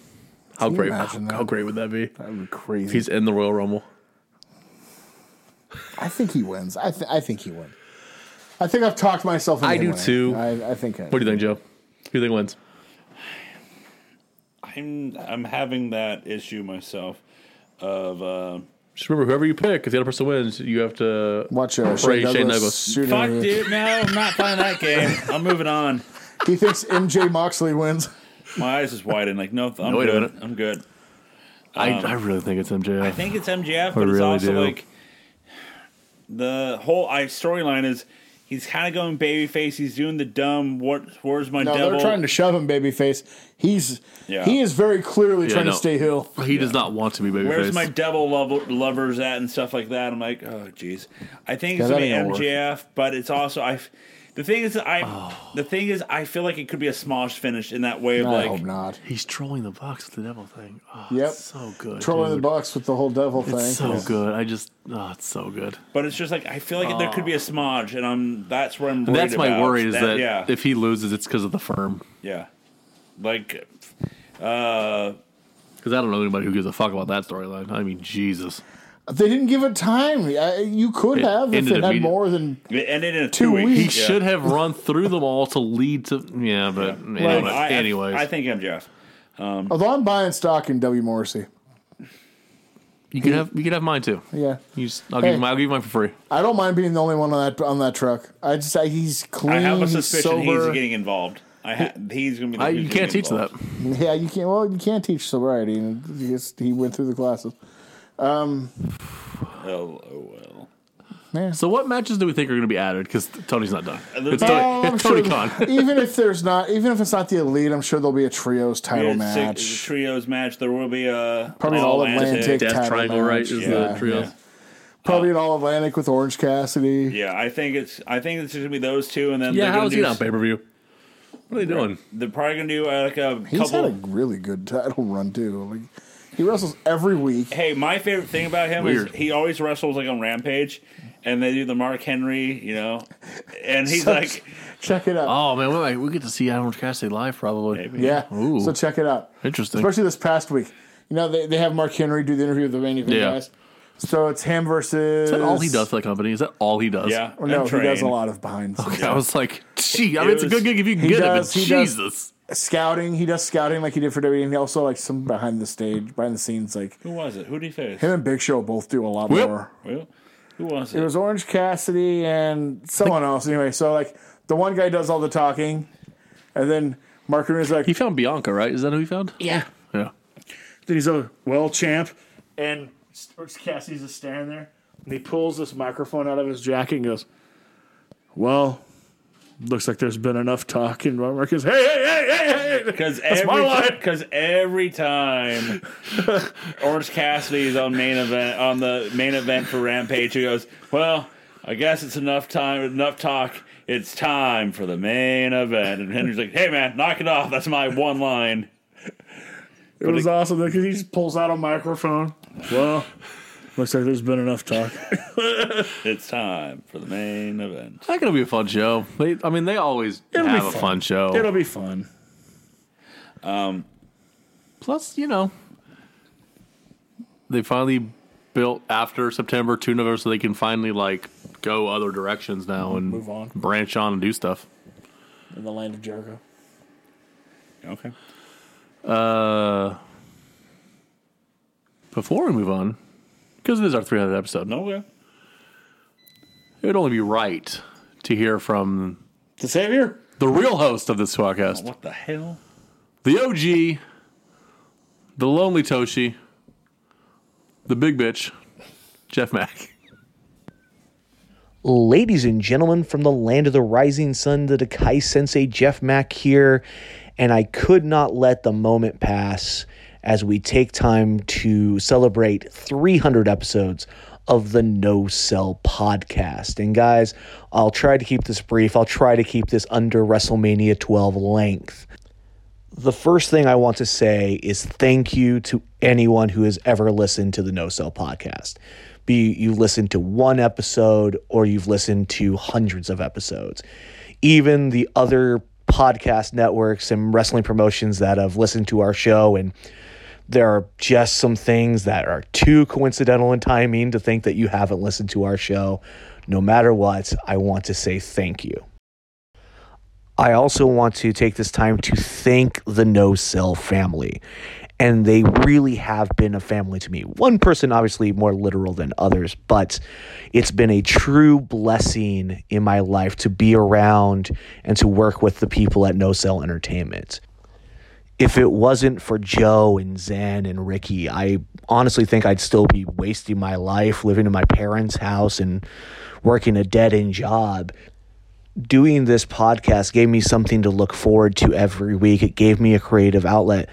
S3: How
S2: you
S3: great!
S2: imagine that?
S3: How great would that be?
S2: That would be crazy.
S3: He's in the Royal Rumble.
S2: I think he wins. I, th- I think he wins. I think I've talked myself into
S3: I
S2: him
S3: do
S2: winning.
S3: too.
S2: I, I think I,
S3: What do you think, Joe? Who do you think wins?
S1: I'm I'm having that issue myself of uh,
S3: Just remember, whoever you pick, if the other person wins, you have to
S2: Watch uh,
S3: Praise
S2: Shane
S3: Shane
S2: Douglas.
S3: Douglas.
S2: shoot
S1: fuck,
S2: him.
S1: dude. No, I'm not playing that game. I'm moving on.
S2: He thinks MJ Moxley wins.
S1: My eyes is wide and like no, I'm
S3: No, wait a
S1: good.
S3: minute.
S1: I'm good.
S3: I, I really think it's MJF.
S1: I think it's MJF, but it's
S3: really
S1: also
S3: do.
S1: like the whole I storyline is he's kind of going babyface. He's doing the dumb. What? Where's my
S2: No,
S1: devil?
S2: they're trying to shove him babyface. He's
S1: Yeah.
S2: he is very clearly trying
S3: no.
S2: to stay heel.
S3: he does not want to be
S1: Where's
S3: babyface.
S1: my devil lov- lovers at and stuff like that? I'm like, oh jeez. I think
S2: Yeah,
S1: it's
S2: that
S1: gonna
S2: ain't
S1: be
S2: gonna
S1: MJF, but it's also I. The thing is, I.
S2: Oh.
S1: The thing is, I feel like it could be a smallish finish in that way of
S2: I
S1: like.
S2: hope not.
S3: He's trolling the box with the devil thing. Oh,
S2: Yep.
S3: it's so good.
S2: Trolling the
S3: dude.
S2: Bucks with the whole devil thing.
S3: It's so
S2: Yeah.
S3: good. I just, oh, it's so good.
S1: But it's just like I feel like there could be a smudge, and I'm that's where I'm. Worried
S3: That's my
S1: about.
S3: worry is that,
S1: yeah,
S3: if he loses, it's because of the firm.
S1: yeah, like, uh,
S3: Because I don't know anybody who gives a fuck about that storyline. I mean, Jesus.
S2: They didn't give it time. I- You could
S3: It
S2: have if
S3: ended
S2: it had
S3: immediate-
S2: more than
S1: it ended in a two,
S2: Two
S1: weeks.
S3: He
S2: weeks.
S1: Yeah.
S3: should have run through them all to lead to. Yeah, but
S1: Like,
S3: anyway,
S1: I- I-
S3: anyways,
S1: I, think MJF.
S2: although I'm buying stock in W Morrissey.
S3: you could have you could have mine too.
S2: Yeah.
S3: You just, I'll,
S2: Hey.
S3: give you mine, I'll give you mine for free.
S2: I don't mind being the only one on that on that truck. I just I, he's clean.
S1: I have a
S2: he's
S1: suspicion he's
S2: sober.
S1: getting involved. I ha- he's gonna be. The
S3: I,
S1: who's
S3: you
S1: gonna
S3: can't
S1: be
S3: teach that.
S1: involved.
S2: Yeah, you can't. Well, you can't teach sobriety. And
S1: oh,
S2: he, just- he went through the classes.
S1: LOL.
S2: Yeah.
S3: So what matches do we think are going to be added? Because Tony's not done. It's,
S1: Oh,
S3: Tony,
S2: I'm
S3: it's Tony
S2: sure-
S3: Khan.
S2: even if there's not, even if it's not the elite, I'm sure there'll be a trios title
S1: It's a-
S2: match.
S1: it's a trios match. There will be a
S2: Probably an All-Atlantic.
S3: Death
S2: Title
S3: Triangle,
S2: match,
S3: right? Is
S2: yeah,
S3: the trio.
S2: yeah. Probably an All Atlantic with Orange Cassidy.
S1: Yeah, I think it's I think it's just gonna be those two, and then
S3: Yeah,
S1: they're
S3: how
S1: gonna
S3: is he
S1: do
S3: on pay per view? What are they doing?
S1: They're probably gonna do uh, like a
S2: He's
S1: couple.
S2: had a really good title run too. Like, he wrestles every week.
S1: hey, my favorite thing about him
S3: Weird.
S1: is he always wrestles like on Rampage, and they do the Mark Henry, you know, and he's
S2: So-
S1: like,
S2: Check it out.
S3: Oh man, we might, we get to see Orange Cassidy live probably.
S1: Maybe.
S2: yeah.
S3: Ooh.
S2: So check it out.
S3: Interesting.
S2: Especially this past week. You know, they, they have Mark Henry do the interview with the main event
S3: Yeah.
S2: guys. So it's him versus.
S3: Is that all he does for the company? Is that all he does?
S1: yeah,
S2: Well, no,
S1: and
S2: he does a
S1: train.
S2: lot of behind. the scenes.
S3: I was like, gee, I mean,
S1: It
S3: it's a
S1: was-
S3: good gig if you can
S2: He
S3: get
S2: does-
S3: it,
S2: he
S3: but
S2: does-
S3: Jesus.
S2: Scouting. He does scouting like he did for WWE. And he also like some behind the stage, behind the scenes. Like
S1: Who was it? Who did he face?
S2: him and Big Show both do a lot
S3: Whip.
S2: more.
S1: Well, who was it?
S2: It was Orange Cassidy and someone else. Anyway, so like the one guy does all the talking, and then Mark Henry's like,
S3: He found Bianca, right? Is that who he found?
S4: Yeah.
S3: Yeah.
S4: Then he's a well champ, and Cassie's just standing there, and he pulls this microphone out of his jacket and goes, "Well, looks like there's been enough talk." And Mark goes, "Hey, hey, hey, hey, hey!"
S1: Because
S4: That's my
S1: every
S4: line.
S1: because every time Orange Cassidy is on main event on the main event for Rampage, he goes, "Well, I guess it's enough time, enough talk. It's time for the main event." And Henry's like, "Hey, man, knock it off. That's my one line."
S4: It was awesome because he just pulls out a microphone. Well, looks like there's been enough talk.
S1: It's time for the main event.
S3: That's going to be a fun show. They, I mean, they always
S4: It'll be
S3: have a
S4: fun.
S3: fun show.
S4: It'll be fun.
S3: Plus, you know, they finally built after September two November, so they can finally like go other directions now and
S4: Move on.
S3: branch on, and do stuff.
S4: In the land of Jericho.
S1: Okay.
S3: Uh, before we move on, because it is our 300th episode,
S1: No way.
S3: it would only be right to hear from
S4: The Savior?
S3: the real host of this podcast,
S1: What the hell?
S3: the OG, the lonely Toshi, the big bitch, Jeff Mack.
S5: Ladies and gentlemen, from the land of the rising sun, the Dakai Sensei Jeff Mack here, and I could not let the moment pass as we take time to celebrate 300 episodes of the No Cell podcast. And guys, I'll try to keep this brief, I'll try to keep this under WrestleMania 12 length the first thing I want to say is thank you to anyone who has ever listened to the No Sell podcast. Be you listened to one episode or you've listened to hundreds of episodes. Even the other podcast networks and wrestling promotions that have listened to our show and there are just some things that are too coincidental in timing to think that you haven't listened to our show. No matter what, I want to say thank you. I also want to take this time to thank the No Cell family. And they really have been a family to me. One person, obviously, more literal than others, but it's been a true blessing in my life to be around and to work with the people at No Cell Entertainment if it wasn't for Joe and Zen and Ricky, I honestly think I'd still be wasting my life living in my parents' house and working a dead end job. Doing this podcast gave me something to look forward to every week. It gave me a creative outlet,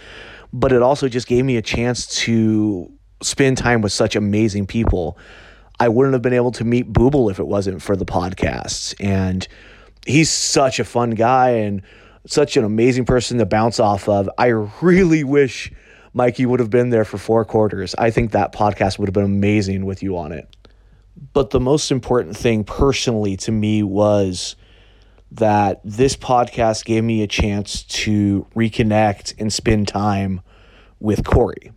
S5: but it also just gave me a chance to spend time with such amazing people. I wouldn't have been able to meet Booble if it wasn't for the podcast. And he's such a fun guy and such an amazing person to bounce off of. I really wish Mikey would have been there for four quarters. I think that podcast would have been amazing with you on it. But the most important thing personally to me was that this podcast gave me a chance to reconnect and spend time with Corey.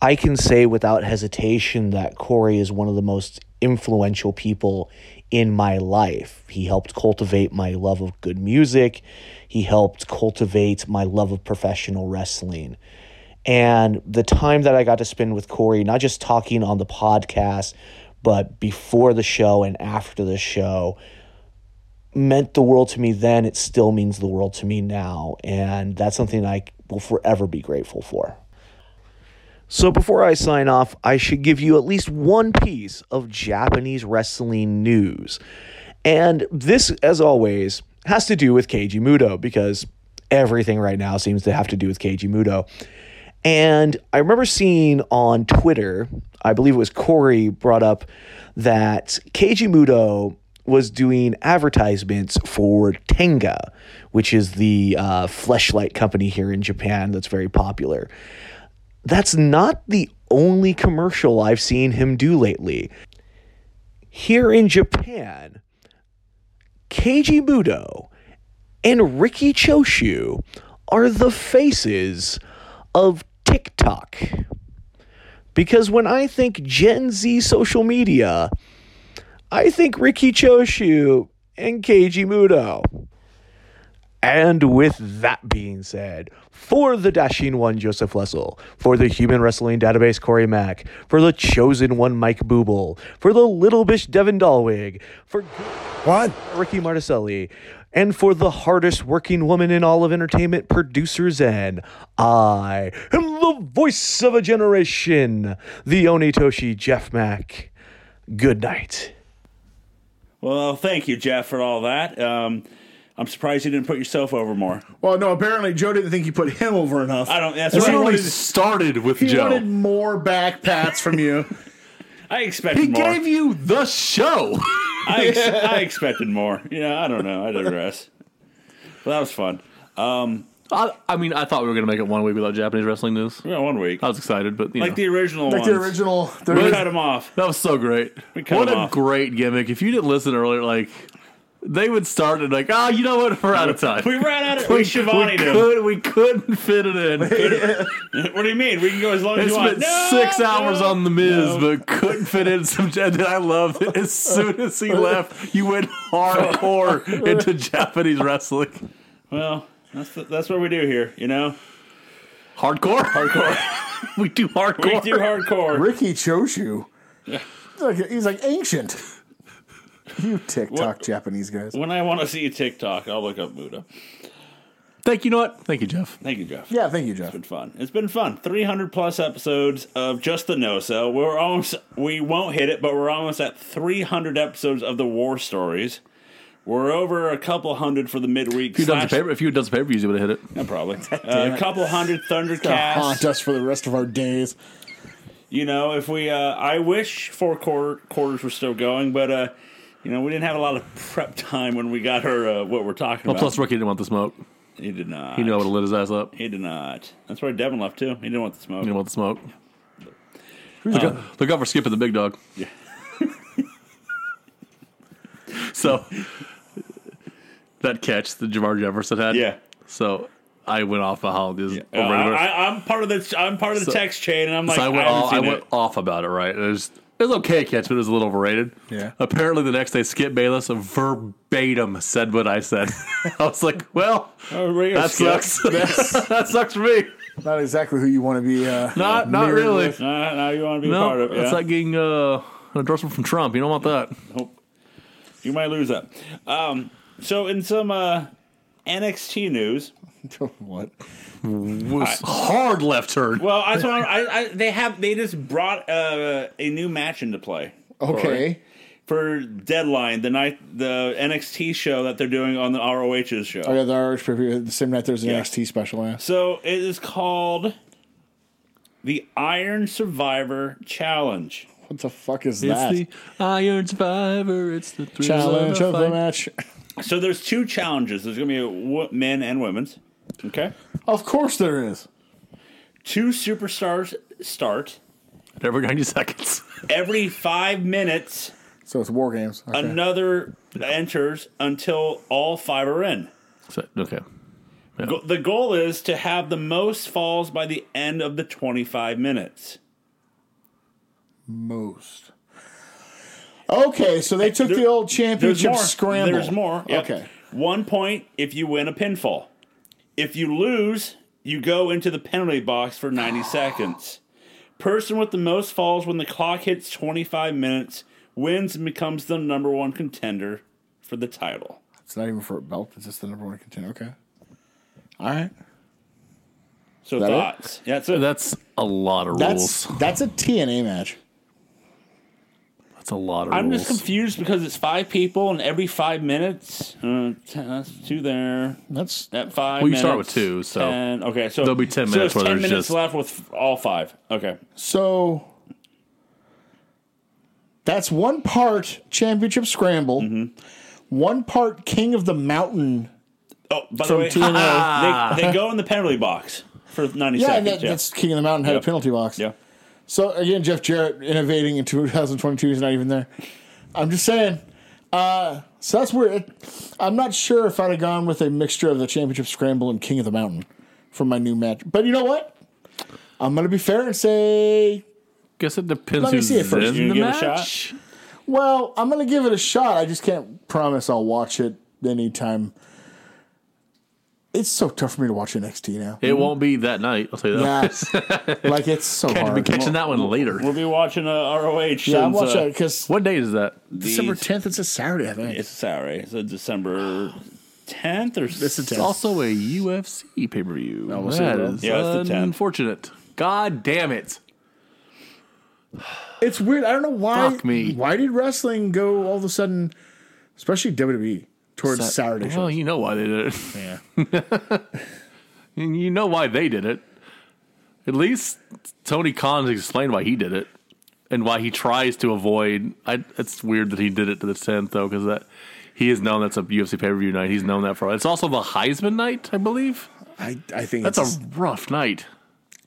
S5: I can say without hesitation that Corey is one of the most influential people in my life. He helped cultivate my love of good music, he helped cultivate my love of professional wrestling. And the time that I got to spend with Corey, not just talking on the podcast, but before the show and after the show, meant the world to me then. It still means the world to me now. And that's something I will forever be grateful for. So before I sign off, I should give you at least one piece of Japanese wrestling news. And this, as always, has to do with Keiji Muto because everything right now seems to have to do with Keiji Muto. And I remember seeing on Twitter, I believe it was Corey brought up that Keiji Muto was doing advertisements for Tenga, which is the uh, fleshlight company here in Japan that's very popular. That's not the only commercial I've seen him do lately. Here in Japan, Keiji Muto and Ricky Choshu are the faces of TikTok. Because when I think Gen Z social media, I think Ricky Choshu and Keiji Muto. And with that being said, for the Dashing One, Joseph Lessel, for the Human Wrestling Database, Corey Mack, for the Chosen One, Mike Booble, for the Little Bish, Devin Dalwig, for
S6: What?
S5: Ricky Marticelli, and for the hardest working woman in all of entertainment, producer Zen, I am the voice of a generation, the Onitoshi Jeff Mack. Good night.
S1: Well, thank you, Jeff, for all that. Um, I'm surprised you didn't put yourself over more.
S4: Well, no, apparently Joe didn't think you put him over enough.
S1: I don't. That's
S3: It
S1: right.
S3: literally
S4: wanted-
S3: started with
S4: He
S3: Joe.
S4: wanted more back pats from you.
S1: I expected
S3: He
S1: more.
S3: gave you the show.
S1: I, ex- I expected more. You know, I don't know. I digress. Well, that was fun.
S3: I, I mean, I thought we were gonna make it one week without Japanese wrestling news.
S1: We got one week,
S3: I was excited, but you
S1: like
S3: know.
S1: the original
S2: Like
S1: ones.
S2: the original.
S1: We
S2: there-
S1: cut them off.
S3: That was so great.
S1: cut
S3: What
S1: him
S3: a
S1: off.
S3: great gimmick. If you didn't listen earlier, like they would start and like, oh, you know what? We're out of time.
S1: We ran out of. We
S3: we
S1: Shivani'd him.
S3: could we couldn't fit it in.
S1: What do you mean? We can go as long as
S3: I
S1: you want.
S3: spent six
S1: No,
S3: hours
S1: no.
S3: on the Miz,
S1: No.
S3: but couldn't fit in some. And I love that as soon as he left, you went hardcore into Japanese wrestling.
S1: Well, that's the, that's what we do here. You know,
S3: Hardcore, hardcore. we do hardcore.
S1: we do hardcore.
S2: Ricky Choshu. Like, he's like ancient. You TikTok
S1: What-
S2: Japanese guys.
S1: When I want to see a TikTok, I'll look up Muda.
S3: Thank you. Know what? Thank you, Jeff.
S1: Thank you, Jeff.
S2: Yeah, thank you, Jeff.
S1: It's been fun. It's been fun. 300 plus episodes of just the no so. We're almost we won't hit it, but we're almost at 300 episodes of the war stories. We're over a couple hundred for the midweek.
S3: If you'd done some
S1: slash-
S3: paper, if you'd done some paper, you would have hit it.
S1: Yeah, probably Uh, a couple hundred
S2: Gonna
S1: Thundercast.
S2: haunt us for the rest of our days.
S1: You know, if we, uh, I wish four quarter, quarters were still going, but uh, you know, we didn't have a lot of prep time when we got her uh, what we're talking
S3: Well,
S1: about.
S3: plus Ricky didn't want the smoke.
S1: he did not.
S3: He knew I would have lit his ass up. He
S1: He did not. That's why Devin left too. He didn't want the smoke.
S3: didn't want the smoke. Look out, look out for skipping the big dog. so that catch that Jamar Jefferson had.
S1: Yeah.
S3: So I went off of how this
S1: Uh,
S3: over and over.
S1: I, I, I'm part of the I'm part of the
S3: So-
S1: text chain, and I'm like,
S3: so I
S1: I,
S3: went,
S1: haven't
S3: off, I
S1: seen
S3: went
S1: it.
S3: off about it, right? It was, it was okay catch, but it was a little overrated.
S2: Yeah.
S3: Apparently, the next day, Skip Bayless verbatim said what I said. I was like, well,
S1: Oh, Rio
S3: that
S1: Skip.
S3: sucks. that sucks for me.
S2: Not exactly who you want to be. Uh,
S3: Not, not
S2: mirrored
S3: really.
S2: with.
S1: Now you want to be a part
S3: No,
S1: of it.
S3: it's
S1: yeah?
S3: like getting uh, an endorsement from Trump. You don't want that.
S1: Nope. You might lose that. Um, so in some uh, NXT news,
S2: what?
S3: Was hard left turn.
S1: well, I saw I, I they have they just brought uh, a new match into play.
S2: Okay.
S1: For deadline, the night the NXT show that they're doing on the ROH's show.
S2: Oh yeah, the Irish preview. The same night there's an NXT special. Yeah.
S1: So it is called the Iron Survivor Challenge.
S2: What the fuck is
S3: It's
S2: that?
S3: the Iron Survivor. It's the thrill
S2: Challenge of
S3: of a
S2: the
S3: fight.
S2: match.
S1: So there's two challenges. There's going to be a wo- men and women's. Okay.
S2: Of course there is.
S1: Two superstars start
S3: Every 90 seconds.
S1: every five minutes.
S2: So it's war games. Okay.
S1: Another enters until all five are in.
S3: So- okay.
S1: Go- the goal is to have the most falls by the end of the 25 minutes.
S2: Most. Okay, so they took the old
S1: There's
S2: championship
S1: more.
S2: scramble.
S1: There's more. Yep.
S2: Okay.
S1: One point if you win a pinfall. If you lose, you go into the penalty box for 90 seconds. Person with the most falls when the clock hits 25 minutes wins and becomes the number one contender for the title.
S2: It's not even for a belt. It's just the number one contender. Okay. All right.
S1: So
S4: that it?
S1: thoughts? Yeah, that's it.
S3: That's a lot of
S4: That's
S3: rules.
S4: that's a TNA match.
S3: That's a lot of
S1: I'm
S3: rules.
S1: just confused because it's five people and every five minutes, uh, t- that's two there.
S4: That's
S1: At five.
S3: Well, you
S1: minutes,
S3: start with two, so-
S1: ten- okay, so
S3: There'll be 10
S1: so there's
S3: minutes where
S1: ten
S3: there's
S1: minutes
S3: just-
S1: left with all five. Okay,
S4: so. That's one part championship scramble, one part King of the Mountain.
S1: Oh, by
S4: From
S1: the way,
S3: Ah.
S4: TNA.
S1: they, they go in the penalty box for 90
S4: Yeah, and
S1: seconds.
S4: that,
S1: yeah.
S4: that's King of the Mountain had
S1: Yeah.
S4: a penalty box.
S1: yeah.
S4: So again, Jeff Jarrett innovating in 2022 is not even there. I'm just saying. Uh, so that's where it, I'm not sure if I'd have gone with a mixture of the championship scramble and King of the Mountain for my new match. But you know what? I'm gonna be fair and say,
S3: Guess it depends
S4: Let me
S3: who's
S4: see it first.
S3: in
S1: You
S3: the
S1: gonna give it a
S3: match.
S4: well, I'm gonna give it a shot. I just can't promise I'll watch it anytime. It's so tough for me to watch NXT now.
S3: It won't be that night. I'll tell you that.
S4: Yes, like it's so
S3: I'll be
S4: hard.
S3: catching that one later.
S1: We'll be watching uh, ROH.
S4: Yeah, I'm
S1: since, uh,
S4: watching because
S3: What day is that?
S4: December 10th. It's a Saturday, I think.
S1: It's Saturday. It's uh, December 10th or
S4: It's a 10th.
S3: It's also a UFC pay per view.
S4: we'll see it, though.
S1: Yeah, it's the 10th.
S3: unfortunate. God damn it.
S4: It's weird. I don't know why.
S3: Fuck me.
S4: Why did wrestling go all of a sudden, especially WWE, towards Saturday
S3: Well,
S4: shows?
S3: you know why they did it.
S4: Yeah.
S3: And you know why they did it. At least Tony Khan's explained why he did it and why he tries to avoid. I, it's weird that he did it to the tenth though, because that he has known that's a UFC pay per view night. He's known that for. It's also the Heisman night, I believe.
S4: I, I think
S3: That's
S4: it's,
S3: a rough night.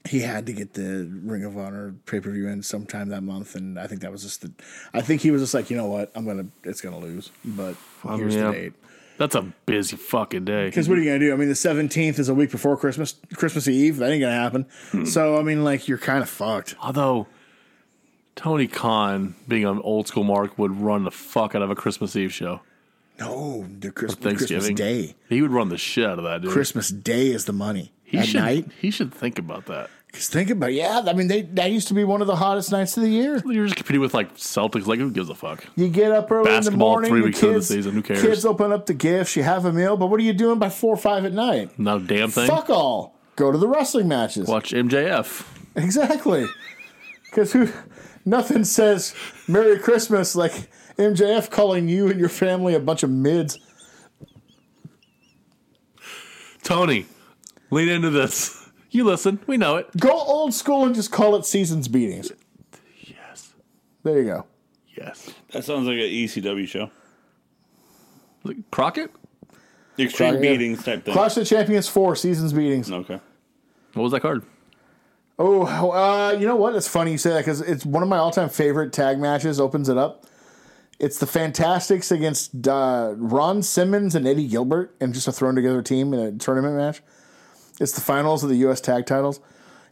S4: he had to get the Ring of Honor pay per view in sometime that month, and I think that was just the. I think he was just like, you know what, I'm gonna, it's gonna lose, but here's
S3: yeah.
S4: the date.
S3: That's a busy fucking day.
S4: Because what are you gonna do? I mean, the 17th is a week before Christmas, Christmas Eve. That ain't gonna happen.
S3: Hmm.
S4: So I mean, like, you're kind of fucked.
S3: Although Tony Khan, being an old school mark, would run the fuck out of a Christmas Eve show.
S4: No, the Christ- Christmas
S3: Thanksgiving
S4: Day.
S3: He would run the shit out of that dude.
S4: Christmas Day is the money
S3: he
S4: at
S3: should,
S4: night.
S3: He should think about that.
S4: Because think about it, yeah, I mean, they that used to be one of the hottest nights of the year.
S3: You're just competing with like Celtics. Like who gives a fuck?
S4: You get up early in the
S3: Basketball,
S4: morning.
S3: three
S4: the
S3: weeks
S4: kids,
S3: into the season, who cares?
S4: Kids open up the gifts. You have a meal, but what are you doing by four or five at night?
S3: Not a damn thing.
S4: Fuck all. Go to the wrestling matches.
S3: Watch MJF.
S4: Exactly. Because who? Nothing says Merry Christmas like MJF calling you and your family a bunch of mids.
S3: Tony, lean into this. You listen. We know it.
S4: Go old school and just call it seasons beatings.
S3: Yes.
S4: There you go.
S3: Yes.
S1: That sounds like an ECW show.
S3: Like Crockett?
S1: Extreme
S4: Crockett.
S1: beatings type thing.
S4: Clash of the Champions four seasons beatings.
S1: Okay.
S3: What was that card?
S4: Oh, uh, you know what? It's funny you say that because it's one of my all-time favorite tag matches. Opens it up. It's the Fantastics against uh, Ron Simmons and Eddie Gilbert, and just a thrown together team in a tournament match. It's the finals of the U.S. Tag Titles.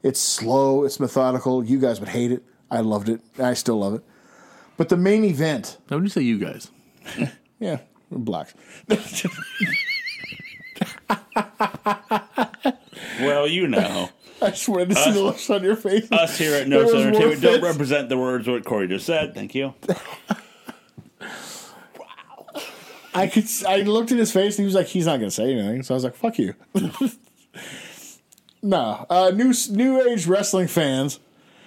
S4: It's slow. It's methodical. You guys would hate it. I loved it. and I still love it. But the main event,
S3: Now, when you say you guys,
S4: yeah, we're blacks.
S1: Well, you know,
S4: I swear to see the looks on your face.
S1: us here at No
S4: It was
S1: Center Entertainment
S4: worth
S1: don't
S4: it.
S1: represent the words what Corey just said. Thank you.
S4: I could. I looked at his face and he was like, "He's not going to say anything." So I was like, "Fuck you." no, uh, new new age wrestling fans.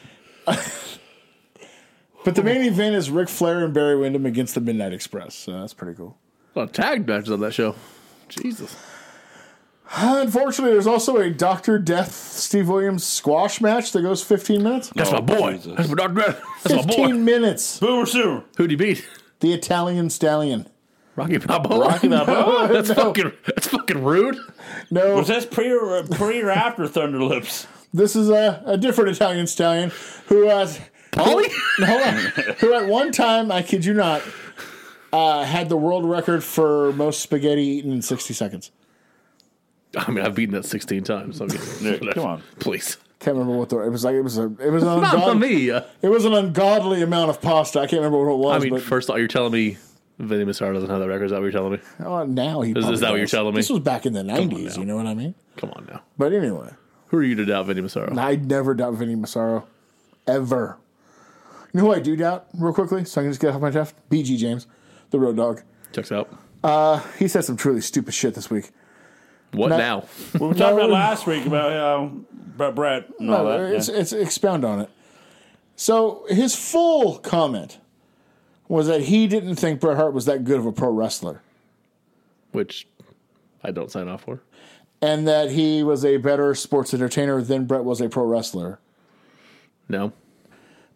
S4: but the main event is Ric Flair and Barry Windham against the Midnight Express. So that's pretty cool.
S3: a lot of tag matches on that show. Jesus.
S4: Unfortunately, there's also a Doctor Death Steve Williams squash match that goes 15 minutes.
S3: That's
S1: Oh,
S3: my boy.
S1: Jesus.
S3: That's my Dr. Brad. That's my
S4: 15
S3: boy.
S4: minutes.
S1: Boomer Sooner.
S3: Who'd he beat?
S4: The Italian Stallion.
S3: Rocky Balboa. Rocky Balboa. that's fucking. That's fucking rude.
S4: No,
S1: Was this pre or, uh, pre or after Thunder Lips?
S4: This is a, a different Italian stallion who has.
S3: Polly?
S4: Hold on. Who at one time, I kid you not, uh, had the world record for most spaghetti eaten in 60 seconds.
S3: I mean, I've beaten that 16 times. So
S1: come on.
S3: Please.
S4: Can't remember what the it was like. It was a it was an
S3: Not for
S4: ungodly,
S3: me. Uh,
S4: it was an ungodly amount of pasta. I can't remember what it
S3: I
S4: was.
S3: mean,
S4: but
S3: first of all, you're telling me Vinny Massaro doesn't have that record. Is that what you're telling me?
S4: oh, now he
S3: is
S4: probably
S3: that what
S4: does.
S3: you're telling me?
S4: This was back in the 90s.
S3: now.
S4: You know what I mean?
S3: Come on now.
S4: But anyway,
S3: Who are you to doubt Vinny Massaro?
S4: I never doubt Vinny Massaro, ever. You know who I do doubt real quickly, so I can just get off my chest. BG James, the Road Dog.
S3: Checks out.
S4: He said some truly stupid shit this week.
S3: What
S4: No.
S3: now?
S1: We were talking
S4: No.
S1: about last week about uh, about Brett and all
S4: No,
S1: that.
S4: it's,
S1: yeah.
S4: it's expound on it. So his full comment was that he didn't think Bret Hart was that good of a pro wrestler,
S3: Which I don't sign off for.
S4: and that he was a better sports entertainer than Bret was a pro wrestler,
S3: No.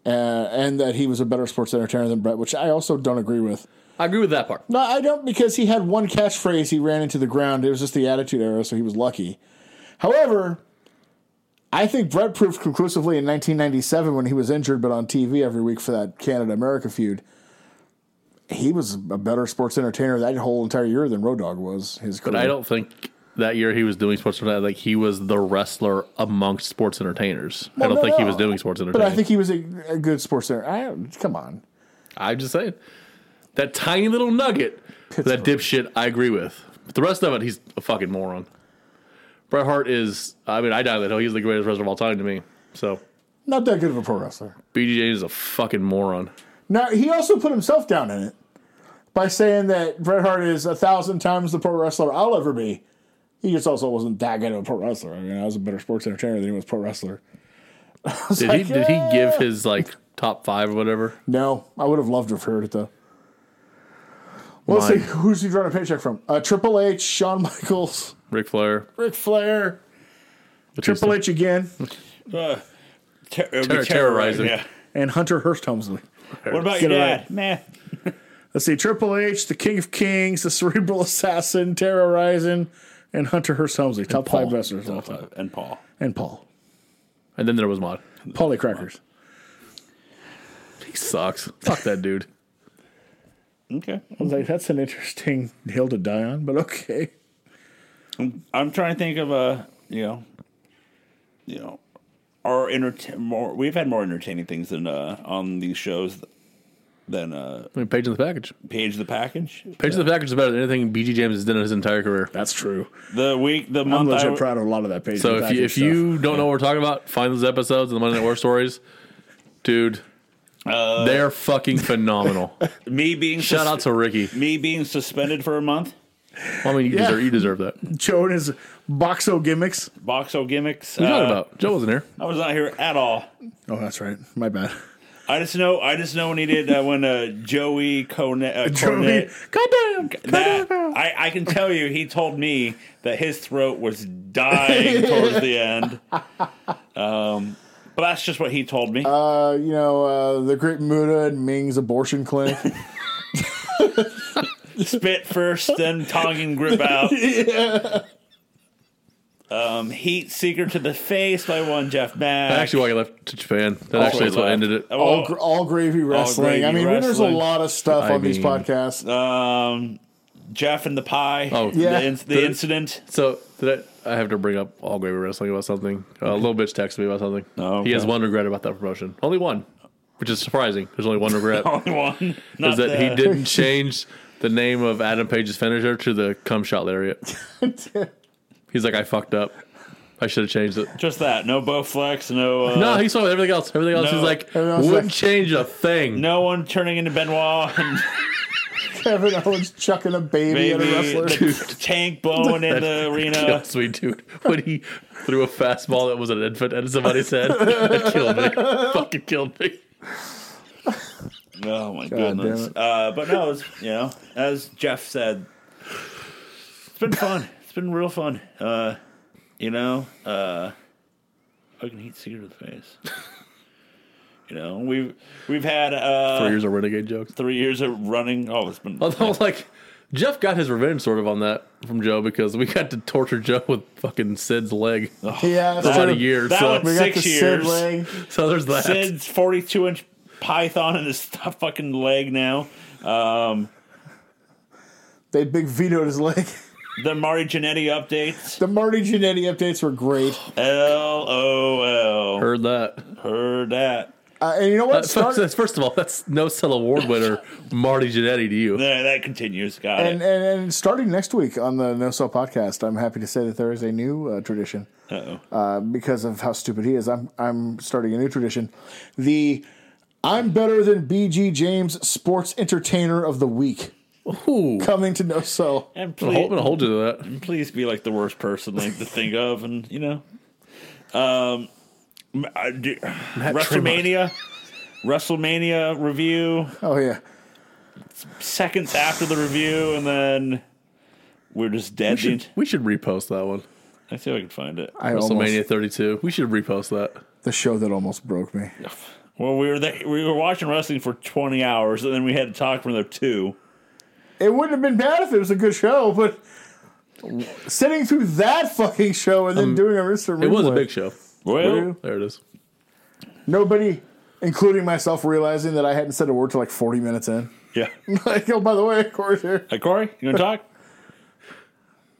S4: uh, and that he was a better sports entertainer than Bret, which I also don't agree with.
S3: I agree with that part.
S4: No, I don't because he had one catchphrase he ran into the ground. It was just the attitude era, so he was lucky. However, I think Brett proved conclusively in 1997 when he was injured but on TV every week for that Canada America feud. He was a better sports entertainer that whole entire year than Road Dog was. His
S3: But I don't think that year he was doing sports entertainment. Like he was the wrestler amongst sports entertainers. I
S4: Well,
S3: don't
S4: no,
S3: think he
S4: no.
S3: was doing sports entertainment.
S4: But I think he was a, a good sports entertainer. I, come on,
S3: I'm just saying that tiny little nugget that dipshit I agree with. But the rest of it, he's a fucking moron. Bret Hart is. I mean, I die on that hill. He's the greatest wrestler of all time to me. So
S4: not that good of a pro wrestler.
S3: BJ is a fucking moron.
S4: Now he also put himself down in it by saying that Bret Hart is a thousand times the pro wrestler I'll ever be. He just also wasn't that good of a pro wrestler. I mean, I was a better sports entertainer than he was pro wrestler.
S3: Did he? Did he give his like top five or whatever?
S4: No, I would have loved to have heard it though. Well, let's see
S3: Mine.
S4: who's he drawing a paycheck from? Uh, Triple H, Shawn Michaels,
S3: Ric Flair,
S4: Ric Flair,
S3: Batista.
S2: Triple H again
S1: Uh, ter- it'd be
S3: Terror- terrorizing.
S1: Yeah.
S2: and Hunter Hurst Helmsley.
S1: What about
S2: Get
S1: your
S2: it
S1: dad? Nah.
S2: Let's see, Triple H, the King of Kings, the Cerebral Assassin, terrorizing, and Hunter Hurst Helmsley, top five wrestlers of all time,
S1: Uh, And Paul.
S2: and Paul,
S3: and then there was Mod.
S2: Paulie Crackers.
S3: He sucks. Fuck that dude.
S1: Okay.
S2: I was like, that's an interesting hill to die on, but okay.
S1: I'm trying to think of a you know, you know, our entertain more. We've had more entertaining things than uh, on these shows than uh,
S3: I mean, Page in the package.
S1: Page the Package.
S3: Page in the package is better than anything BG James has done in his entire career.
S2: That's true.
S1: The week, the
S2: I'm
S1: month. I
S2: legit
S1: w-
S2: proud of a lot of that page. and
S3: So if you,
S2: package
S3: if
S2: stuff.
S3: you don't know what we're talking about, find those episodes of the Monday Night War stories, dude.
S1: Uh,
S3: they're fucking phenomenal.
S1: me being
S3: Shout
S1: sus-
S3: out to Ricky.
S1: me being suspended for a month.
S3: Well, I mean, you
S2: Yeah.
S3: deserve you deserve that. What are you
S2: Joe and his boxo gimmicks.
S1: Boxo gimmicks.
S3: talking
S1: Uh,
S3: about? Joe wasn't here.
S1: I was not here at all.
S2: Oh, that's right. My bad.
S1: I just know. I just know when he did uh, when uh, Joey Cornet. Uh,
S2: Joey,
S1: Cornet
S2: goddamn,
S1: that,
S2: goddamn.
S1: I, I can tell you, he told me that his throat was dying towards the end. Um, but that's just what he told me.
S4: uh, you know, uh, the Great Muda and Ming's abortion clinic.
S1: Spit first, then tongue and grip out. Um, heat seeker to the face by one Jeff Mack.
S3: Actually, why you left to Japan, that actually
S1: he
S3: is what
S1: left.
S3: ended it.
S1: Oh,
S4: all, gr- all gravy wrestling. I
S1: gravy
S4: mean, there's a
S1: wrestling.
S4: lot of stuff
S3: I
S4: on these
S3: mean-
S4: podcasts.
S1: um, Jeff and the pie.
S3: Oh.
S4: Yeah.
S1: the, in- the
S3: The-
S1: incident.
S3: So did I, I have to bring up All Gravy Wrestling about something. Uh, little bitch texted me about something.
S1: Oh,
S3: He has
S1: okay.
S3: one regret about that promotion. Only one, which is surprising. There's only one regret.
S1: Only one. Not
S3: is that
S1: the-
S3: he didn't change the name of Adam Page's finisher to the cum shot lariat. He's like, I fucked up. I should have changed it.
S1: Just that. No Bowflex. No. Uh,
S3: No, he saw everything else. Everything else,
S1: No.
S3: he's like,
S4: Everything else
S3: wouldn't
S4: like-
S3: change a thing.
S1: no one turning into Benoit and
S4: Kevin Owens chucking a baby,
S1: maybe
S4: at a wrestler.
S1: the tank blowing in the arena.
S3: Kills me, dude. When he threw a fastball that was an infant at somebody's head, that killed me. Fucking killed me.
S1: Oh my
S4: damn
S1: goodness!
S4: it.
S1: Uh, but no, it's, you know, as Jeff said, it's been fun. It's been real fun. Uh, you know, uh, fucking heat secret to the face. You know, we've we've had uh,
S3: Four
S1: three,
S3: years of renegade jokes.
S1: years of running. Oh, it's been
S3: Although, like, Jeff got his revenge sort of on that from Joe because we got to torture Joe with fucking Sid's leg
S4: Yeah,
S3: for
S4: so
S3: about a year.
S1: that
S3: So,
S1: was- six years.
S4: leg.
S3: so there's that.
S1: Sid's forty-two inch python in his stuff fucking leg now. Um,
S4: They big vetoed his leg.
S1: the Mari Janetti updates.
S4: The Marty Jannetty updates were great.
S1: L O L.
S3: Heard that.
S1: Heard that.
S4: Uh, and you know what?
S3: That's-
S4: Start,
S3: that's- first of all, that's no cell award winner, Marty Jannetty, to you.
S1: There, that continues. Got
S4: and, and,
S1: it.
S4: and starting next week on the No Cell podcast, I'm happy to say that there is a new uh, tradition.
S1: Uh-oh.
S4: Uh, because of how stupid he is, I'm I'm starting a new tradition. The I'm better than BG James Sports Entertainer of the Week.
S3: Ooh,
S4: coming to no cell.
S1: And
S3: I'm
S1: please,
S3: gonna hold you to that.
S1: please be like the worst person like to think of, and you know, um, I do- WrestleMania, WrestleMania review
S4: Oh yeah,
S1: seconds after the review, and then we're just dead.
S3: We should, we should repost that one.
S1: I see if I can find it.
S4: I
S3: WrestleMania
S4: almost
S3: 32. We should repost that.
S4: the show that almost broke me.
S1: Well, we were there, we were watching wrestling for twenty hours, and then we had to talk for another two.
S4: It wouldn't have been bad if it was a good show, but sitting through that fucking show and then doing a Mr.
S3: Um, It was a
S4: Replay,
S3: big show.
S1: Well,
S3: There it is.
S4: Nobody, including myself, realizing that I hadn't said a word till like forty minutes in.
S1: yeah.
S4: like, oh, by the way, Corey's here.
S1: Hey, Corey, you gonna talk?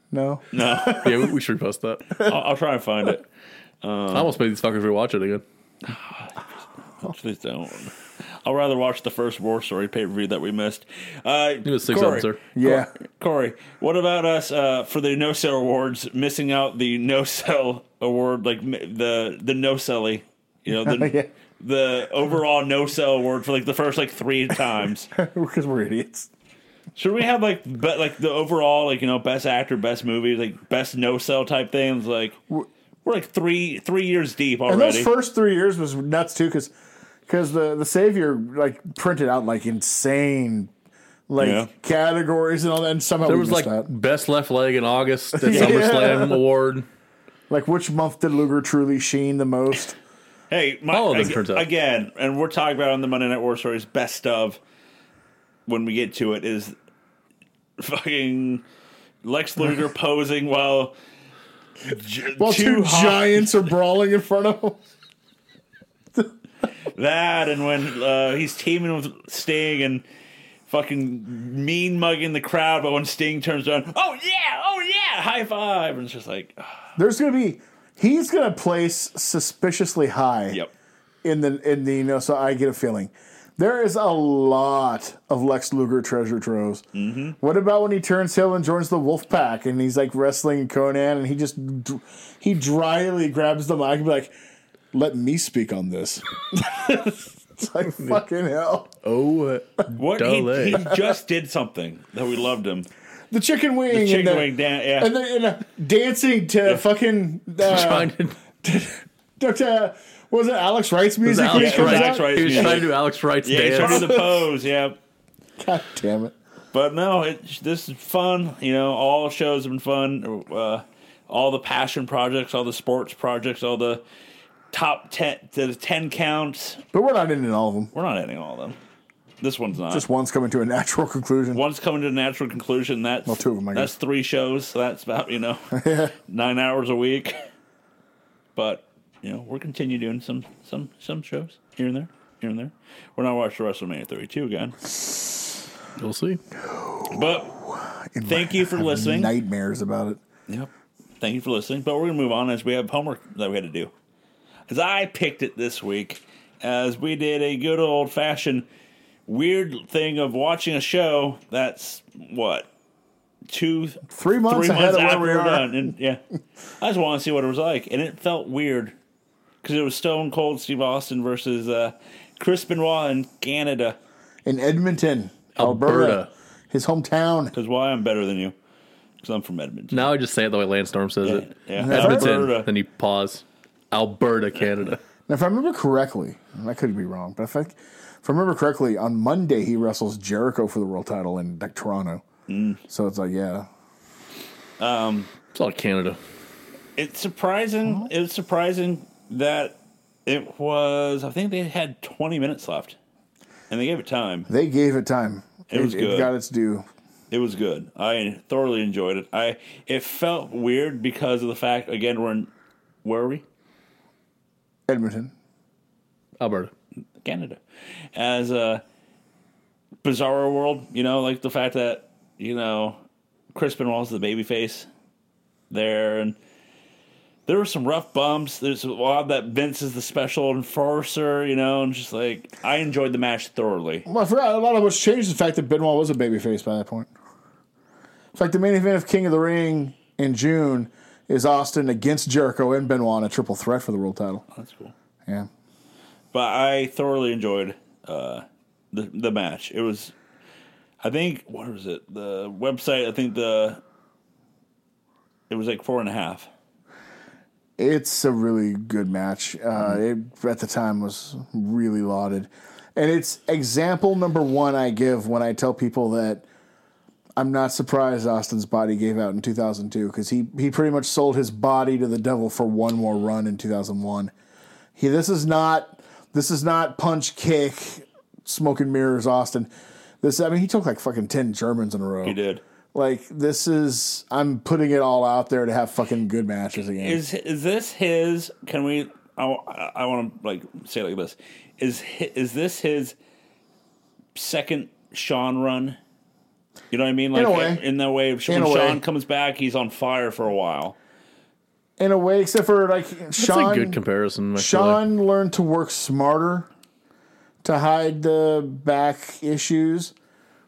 S4: No,
S1: No,
S3: Yeah, we, we should repost that.
S1: I'll, I'll try and find it. Um,
S3: I almost made these fuckers rewatch it again.
S1: Please don't. I'll rather watch the first war story pay per view that we missed. Uh,
S3: It was six
S1: Corey,
S3: of them, sir.
S4: yeah,
S1: Corey, what about us uh, for the no sell awards? Missing out the no sell award, like m- the the no selly, you know, the
S4: Yeah.
S1: the overall no sell award for like the first like three times.
S4: because we're idiots.
S1: Should we have like be, like the overall like you know best actor, best movie, like best no sell type things? Like we're like three three years deep
S4: And
S1: already.
S4: those first three years was nuts too, because the the Savior like printed out like insane like
S1: Yeah.
S4: categories and all that, and somehow
S3: There
S4: we
S3: was like
S4: missed that.
S3: best left leg in August at
S4: Yeah.
S3: SummerSlam award.
S4: Like, which month did Luger truly sheen the most?
S1: Hey, my,
S3: All of them,
S1: ag-
S3: turns out.
S1: again, and we're talking about on the Monday Night War Stories best of when we get to it is fucking Lex Luger posing while j-
S4: While two,
S1: hot-
S4: giants are brawling in front of him.
S1: that and when uh, he's teaming with Sting and fucking mean mugging the crowd, but when Sting turns around, oh yeah, oh yeah, high five, and it's just like,
S4: There's gonna be he's gonna place suspiciously high
S1: yep,
S4: in the in the you know, so I get a feeling. There is a lot of Lex Luger treasure troves. Mm-hmm. What about when he turns heel and joins the Wolf Pack and he's like wrestling Conan and he just dr- he dryly grabs the mic and be like, "Let me speak on this." it's like fucking hell.
S3: Oh,
S1: what he,
S3: Dole.
S1: he just did something that we loved him,
S4: The chicken wing, and
S1: chicken
S4: the-
S1: wing down, yeah,
S4: and, the, and uh, dancing to fucking uh,
S3: trying to,
S4: Doctor, what was it Alex Wright's
S3: it was
S4: music? when he
S3: Alex
S4: comes
S3: Wright.
S1: Alex
S4: out?
S1: Wright's
S3: He was
S1: music.
S3: trying to do Alex Wright's
S1: yeah, he's trying
S3: dance.
S1: to pose, yeah.
S4: God damn it!
S1: But no, it, this is fun. You know, all shows have been fun. Uh, all the passion projects, all the sports projects, all the top ten, the ten counts.
S4: But we're not ending all of them.
S1: We're not ending all of them. This one's not.
S4: Just one's coming to a natural conclusion.
S1: one's coming to a natural conclusion. That's
S4: Well, two of 'em, I
S1: that's
S4: guess.
S1: three shows. So that's about you know nine hours a week. But you know, we're continue doing some some some shows here and there, here and there. We're not watching WrestleMania 32 again,
S3: We'll see.
S1: but
S4: In
S1: thank
S4: my-
S1: you for
S4: I have
S1: listening.
S4: Nightmares about it.
S1: Yep. Thank you for listening. But we're going to move on as we have homework that we had to do. As I picked it this week, as we did a good old fashioned weird thing of watching a show that's what? Two,
S4: Three months
S1: three
S4: ahead
S1: months
S4: of where
S1: after
S4: we
S1: we're
S4: are.
S1: done. And yeah, I just want to see what it was like. And it felt weird because it was Stone Cold Steve Austin versus uh, Chris Benoit in Canada.
S4: In Edmonton, Alberta,
S3: Alberta.
S4: his hometown.
S1: Because why I'm better than you. Because I'm from Edmonton.
S3: Now I just say it the way Landstorm says it.
S1: Yeah.
S3: Edmonton.
S1: Alberta.
S3: Then you pause. Alberta, Canada.
S4: Now, if I remember correctly, and I could be wrong, but if I, if I remember correctly, on Monday he wrestles Jericho for the world title in like, Toronto.
S1: Mm.
S4: So it's like, yeah,
S3: It's all Canada.
S1: it's surprising. It's surprising that it was. I think they had 20 minutes left, and they gave it time.
S4: they gave it time.
S1: It was good.
S4: It got its due.
S1: It was good. I thoroughly enjoyed it. I it felt weird because of the fact again we're in where are we
S4: Edmonton.
S3: Alberta.
S1: Canada as a bizarro world. You know, like the fact that you know Chris Benoit's the babyface there, and there were some rough bumps. There's a lot that Vince is the special enforcer. You know, and just like I enjoyed the match thoroughly.
S4: Well, I forgot a lot of what's changed is the fact that Benoit was a babyface by that point. In fact, the main event of King of the Ring in June is Austin against Jericho and Benoit in a triple threat for the world title.
S1: That's cool.
S4: Yeah.
S1: But I thoroughly enjoyed uh, the the match. It was I think what was it? The website. I think the it was like four and a half.
S4: It's a really good match. Uh,
S1: Mm-hmm.
S4: It at the time was really lauded, and it's example number one I give when I tell people that I'm not surprised Austin's body gave out in 2002 because he he pretty much sold his body to the devil for one more run in 2001. He this is not this is not punch kick smoke and mirrors Austin. This I mean he took like fucking ten Germans in a row.
S1: He did.
S4: Like this is I'm putting it all out there to have fucking good matches again.
S1: Is is this his? Can we? I, want to like say it like this. Is hi- is this his second Sean run? You know what I mean? Like
S4: a way.
S1: in that way, when
S4: In a way.
S1: Sean comes back, he's on fire for a while.
S4: in a way, except for like
S3: That's
S4: Sean.
S3: a good comparison. actually.
S4: Sean learned to work smarter to hide the back issues,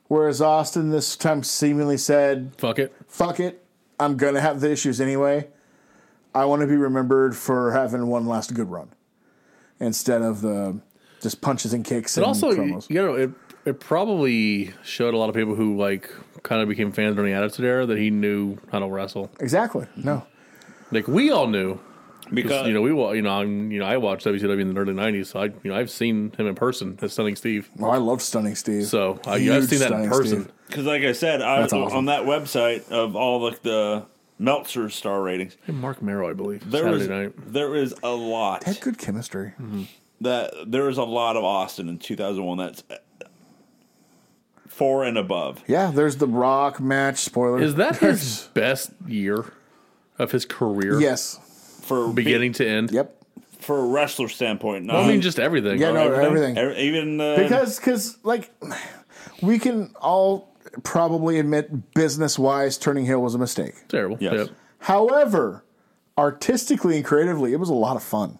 S4: whereas Austin this time seemingly said,
S3: fuck it.
S4: "Fuck it, I'm gonna have the issues anyway. I want to be remembered for having one last good run instead of the just punches and kicks
S3: But
S4: and
S3: also,
S4: promos."
S3: you know, it it probably showed a lot of people who like kind of became fans during the Attitude Era that he knew how to wrestle.
S4: Exactly. No.
S3: Like we all knew,
S1: Because
S3: you know, we wa- you know, I'm, you know, I watched WCW in the early '90s, so I, you know, I've seen him in person at Stunning Steve.
S4: Oh, I love stunning Steve.
S3: So I,
S4: Huge
S3: I've seen that in
S4: Stunning
S3: person.
S4: Steve.
S1: Because, like I said, I,
S4: That's awesome.
S1: on that website of all like the Meltzer star ratings,
S3: And Mark Merrow, I believe,
S1: there
S3: Saturday
S1: was
S3: night.
S1: there is a lot
S4: Had good chemistry.
S1: that there is a lot of Austin in 2001. That's uh, four and above.
S4: Yeah, there's the Rock match. Spoiler.
S3: Is that his best year of his career?
S4: yes.
S1: for
S3: beginning to end.
S4: Yep.
S1: for a wrestler standpoint. Not
S3: I mean, just everything.
S4: Yeah, no, everything.
S1: Ev- even uh,
S4: because because like we can all probably admit business wise turning heel was a mistake
S3: terrible.
S1: Yes.
S3: Yep.
S4: however artistically and creatively it was a lot of fun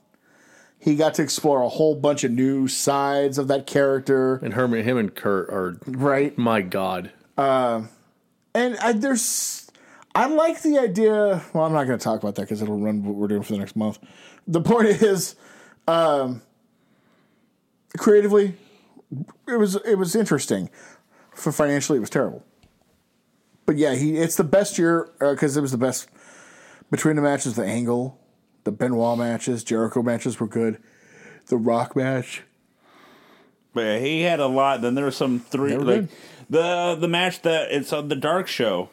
S4: he got to explore a whole bunch of new sides of that character
S3: And Herman, him and Kurt are
S4: right
S3: my god.
S4: and I, there's i like the idea well i'm not going to talk about that because it'll run what we're doing for the next month the point is um, creatively it was it was interesting for financially it was terrible but yeah he it's the best year because it was the best between the matches the angle the benoit matches jericho matches were good the rock match
S1: but yeah, he had a lot. Then there were some three
S4: Never
S1: like
S4: did.
S1: the the match that it's on the dark show,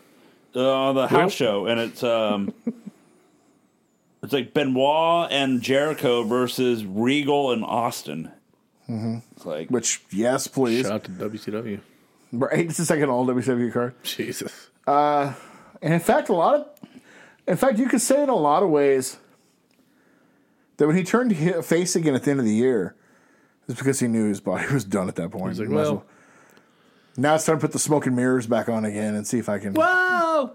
S1: uh, the house show, and it's um. It's like Benoit and Jericho versus Regal and Austin.
S4: Mm-hmm.
S1: It's like
S4: which yes please
S3: Shout out to WCW.
S4: right it's the second all wcw card
S3: Jesus.
S4: And in fact, a lot of, in fact, you could say in a lot of ways that when he turned hi- face again at the end of the year, it's because he knew his body was done at that point.
S3: He's like,
S4: Might as
S3: well,
S4: now it's time to put the smoke and mirrors back on again and see if I can.
S3: wow.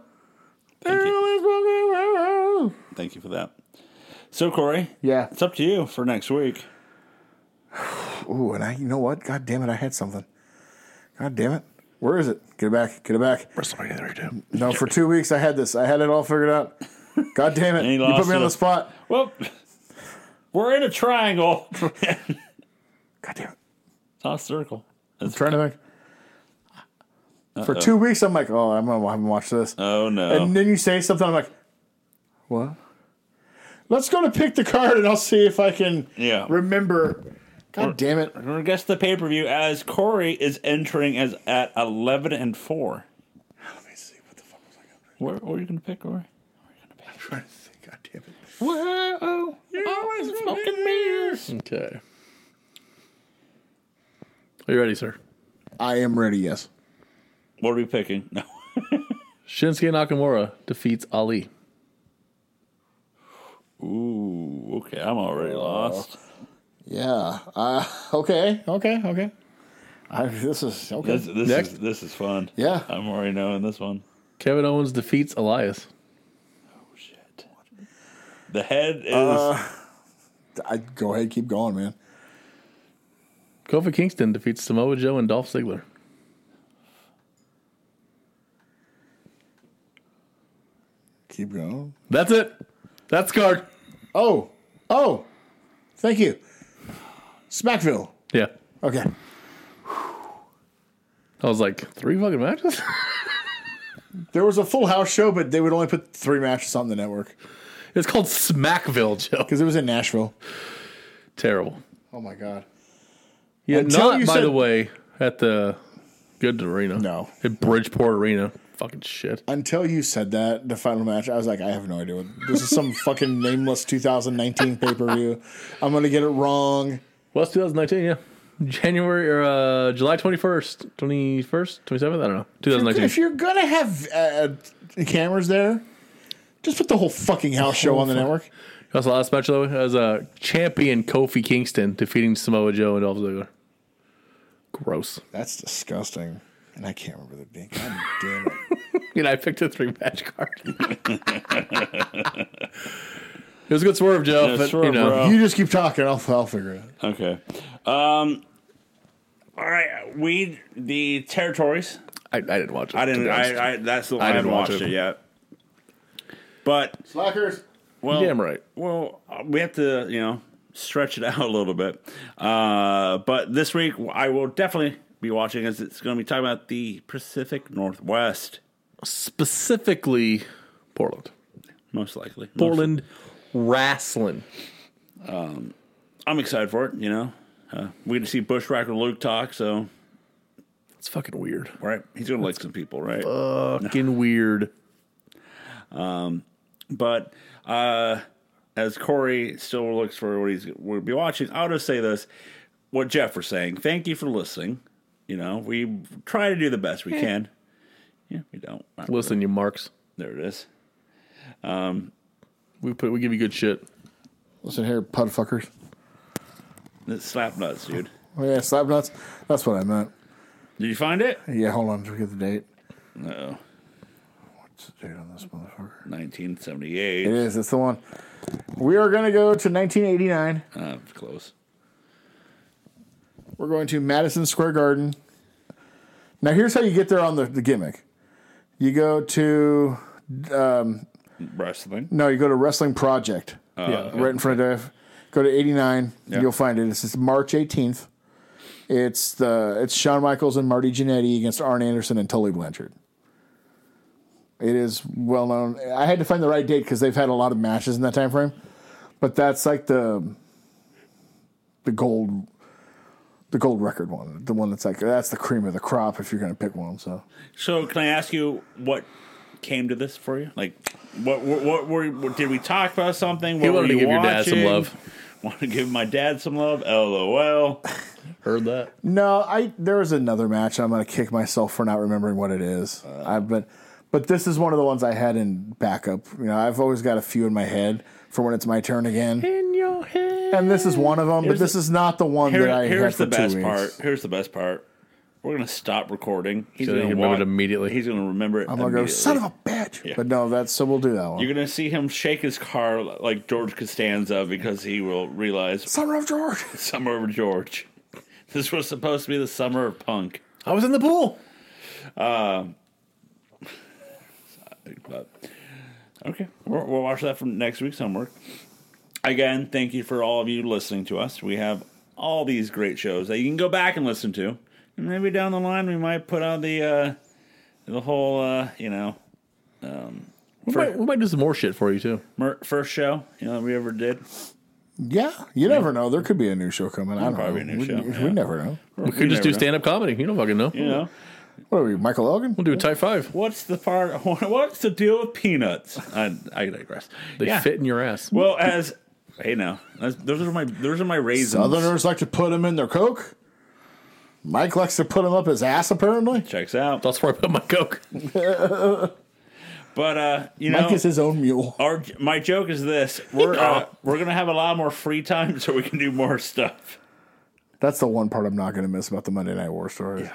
S1: thank you for that. So Corey,
S4: Yeah.
S1: it's up to you for next week.
S4: Ooh, and I, you know what? God damn it, I had something. God damn it, where is it? Get it back. Get it back.
S3: WrestleMania 32.
S4: No, for two weeks I had this. I had it all figured out. God damn it,
S1: And he
S4: you
S1: lost
S4: put me on
S1: it.
S4: the spot.
S1: Well, we're in a triangle.
S4: God damn it.
S1: Not a circle. It's
S4: trying to think. For two weeks, I'm like, oh, I'm gonna, I haven't watched this.
S1: Oh no!
S4: And then you say something, I'm like, what? Let's go to pick the card and I'll see if I can
S1: Yeah.
S4: remember. God damn it.
S1: We're gonna guess the pay per view as Corey is entering as at eleven and four.
S4: Let me see. What the fuck was I going to
S1: Where, where are you gonna pick, Corey?
S4: try to think? God damn it. Oh,
S3: Wow.
S1: Always smoking mirrors.
S3: Okay. Are you ready, sir?
S4: I am ready, yes.
S1: What are we picking? No.
S3: Shinsuke Nakamura defeats Ali.
S1: Ooh, okay. I'm
S3: Uh,
S1: already lost.
S4: Yeah. Uh, okay. Okay. Okay. I, this is okay.
S1: This, this
S3: Next.
S1: is this is fun.
S4: Yeah.
S1: I'm already knowing this one.
S3: Kevin Owens defeats Elias.
S1: Shit. The head is
S3: Uh.
S4: I, go ahead. Keep going, man.
S3: Kofi Kingston defeats Samoa Joe and Dolph Ziggler.
S4: Keep going.
S3: That's it. That's card.
S4: Oh. Oh. Thank you. Smackville.
S3: Yeah.
S4: Okay.
S3: I was like, three fucking matches?
S4: There was a full house show, but they would only put three matches on the network
S3: it's called Smackville, Joe.
S4: because it was in Nashville.
S3: Terrible.
S4: Oh my god.
S3: Yeah,
S4: Until
S3: not,
S4: you
S3: by
S4: said-
S3: the way, at the Good Arena.
S4: No.
S3: At Bridgeport Arena. Fucking shit.
S4: Until you said that, the final match, I was like, I have no idea. What, this is some fucking nameless 2019 pay per view. I'm going to get it wrong.
S3: Well, it's 2019, yeah. January or uh, July 21st, 21st, 27th? I don't know. 2019.
S4: If you're going to have uh, cameras there, just put the whole fucking house show on the network.
S3: That's the last match, though. It was uh, champion Kofi Kingston defeating Samoa Joe and Dolph Ziggler. Gross.
S4: That's disgusting. And I can't remember the name. God damn it.
S3: And I picked a three match card. it was a good swerve, Joe.
S1: Yeah,
S3: but, you
S1: swerve,
S3: know,
S1: bro.
S4: You just keep talking. I'll, I'll figure it out.
S1: Okay. Um, all right. We the territories.
S3: I, I didn't watch it.
S1: I
S3: to
S1: didn't.
S3: be honest.
S1: I, I that's the. I,
S3: didn't
S1: haven't
S3: watch
S1: watched
S3: it.
S1: it. yet. But
S4: Slackers.
S1: well,
S3: Damn right.
S1: Well, uh, we have to you know stretch it out a little bit. Uh, but this week I will definitely be watching as it's going to be talking about the Pacific Northwest,
S3: Specifically, Portland.
S1: most likely. Most-
S3: Portland wrestling.
S1: I'm excited for it. You know, uh, we get to see Bushwhacker Luke talk. So
S3: It's fucking weird.
S1: right, he's going to like some people, right?
S3: Fucking weird.
S1: But uh, as Corey still looks for what he's will be watching, I'll just say this: what Jeff was saying. Thank you for listening. You know, we try to do the best
S3: Eh.
S1: we can. Yeah, we don't. Not really.
S3: Listen, you marks.
S1: there it is.
S3: We put we give you good shit.
S4: Listen here, pudfuckers.
S1: It's slap nuts, dude.
S4: Oh, yeah, slap nuts. That's what I meant.
S1: Did you find it?
S4: Yeah, hold on. Forget the date.
S1: No,
S4: What's the date on this motherfucker?
S1: 1978.
S4: It is. It's the one. We are going to go to 1989.
S1: Uh, close.
S4: We're going to Madison Square Garden. Now, here's how you get there on the, the gimmick. You go to
S1: Wrestling.
S4: no, you go to Wrestling Project. yeah, right in front of Dave. Go to 89. You'll find it. It's, it's March 18th. It's the it's Shawn Michaels and Marty Jannetty against Arn Anderson and Tully Blanchard. It is well known. I had to find the right date because they've had a lot of matches in that time frame, but that's like the the gold the gold record one, the one that's like that's the cream of the crop if you're going to pick one. So
S1: So, can I ask you what came to this for you? Like, what what, what were what, did we talk about something? What
S3: He
S1: were
S3: wanted to
S1: you
S3: give your dad some
S1: watching?
S3: love.
S1: Want to give my dad some love? LOL.
S3: Heard that.
S4: No, I there was another match. I'm gonna kick myself for not remembering what it is.
S1: Uh.
S4: I've been, but this is one of the ones I had in backup. You know, I've always got a few in my head for when it's my turn again,
S3: In your head.
S4: and this is one of them. But
S1: Here's
S4: this
S1: the-
S4: is not the one
S1: Here-
S4: that I had
S1: here's
S4: for
S1: the best
S4: two weeks.
S1: part. Here's the best part. We're gonna stop recording. He's
S3: So he
S1: gonna
S3: remembered
S1: walk-
S3: immediately.
S1: He's gonna remember it.
S4: I'm gonna go, son of a bitch. But no, that's so we'll do that one.
S1: You're gonna see him shake his car like George Costanza because he will realize
S4: Summer of George.
S1: summer of George. This was supposed to be the summer of punk.
S3: I was in the pool.
S1: But okay, we'll, we'll watch that from next week's homework. Again, thank you for all of you listening to us. We have all these great shows that you can go back and listen to, and maybe down the line we might put out the uh, the whole uh, you know
S3: We might, we might do some more shit for you too.
S1: mer- first show you know that we ever did.
S4: Yeah, you never know. There could be a new show coming. I don't
S1: Probably
S4: know.
S1: a new
S4: we,
S1: show,
S4: we
S1: yeah.
S4: never know.
S3: We could just do stand up comedy. You don't fucking know.
S1: You know
S4: What are we, Michael Elgin?
S3: We'll do a type five.
S1: what's the part? What's the deal with peanuts? I, I digress.
S3: They
S1: yeah.
S3: fit in your ass.
S1: Well, as hey now, that's- those are my those are my raisins.
S4: Southerners like to put them in their coke. Mike likes to put them up his ass. Apparently,
S1: Checks out,
S3: That's where I put my coke.
S1: but uh, you know,
S4: Mike is Oh. his own mule.
S1: our my joke is this: we're uh, we're gonna have a lot more free time, so we can do more stuff.
S4: That's the one part I'm not going to miss about the Monday Night War stories.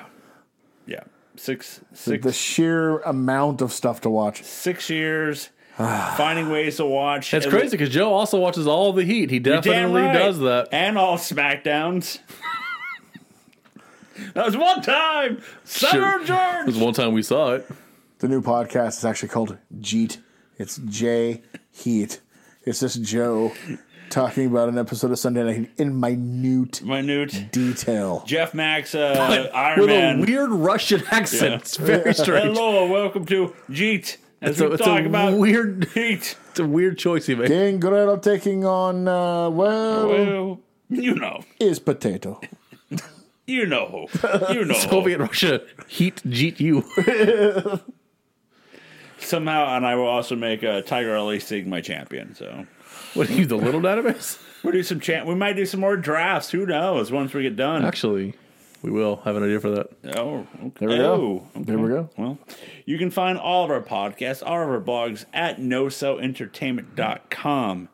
S1: Yeah, six
S4: The
S1: six
S4: sheer amount of stuff to watch.
S1: six years finding ways to watch.
S3: It's
S1: and-
S3: crazy because Joe also watches all the heat. He
S1: You're damn
S3: definitely
S1: right.
S3: does that.
S1: and all Smackdowns. that was one time, Summer of
S3: It was
S1: George.
S3: one time we saw it.
S4: The new podcast is actually called Jeet. It's J Heat. It's just Joe talking about an episode of Sunday Night in minute
S1: Minute.
S4: detail.
S1: Jeff Max, uh, Iron
S3: with
S1: Man.
S3: a weird Russian accent.
S1: Yeah.
S3: It's very strange.
S1: Hello, welcome to Jeet. As
S3: It's a,
S1: we
S3: it's
S1: talk
S3: a
S1: about
S3: weird,
S1: Jeet.
S3: it's a weird choice he made.
S4: Dan Guerrero taking on, uh, well,
S1: Well, you know,
S4: is potato.
S1: you know, who. you know. who.
S3: Soviet Russia heat jeet you.
S1: Somehow, and I will also make uh, Tiger Ali Sig my champion. So
S3: what are you, the little database?
S1: we'll do some champ. We might do some more drafts. Who knows? Once we get done.
S3: Actually, we will have an idea for that.
S1: Oh, okay.
S4: There we go.
S1: Oh, okay.
S4: There we go.
S1: Well, you can find all of our podcasts, all of our blogs at nocellentertainment.com,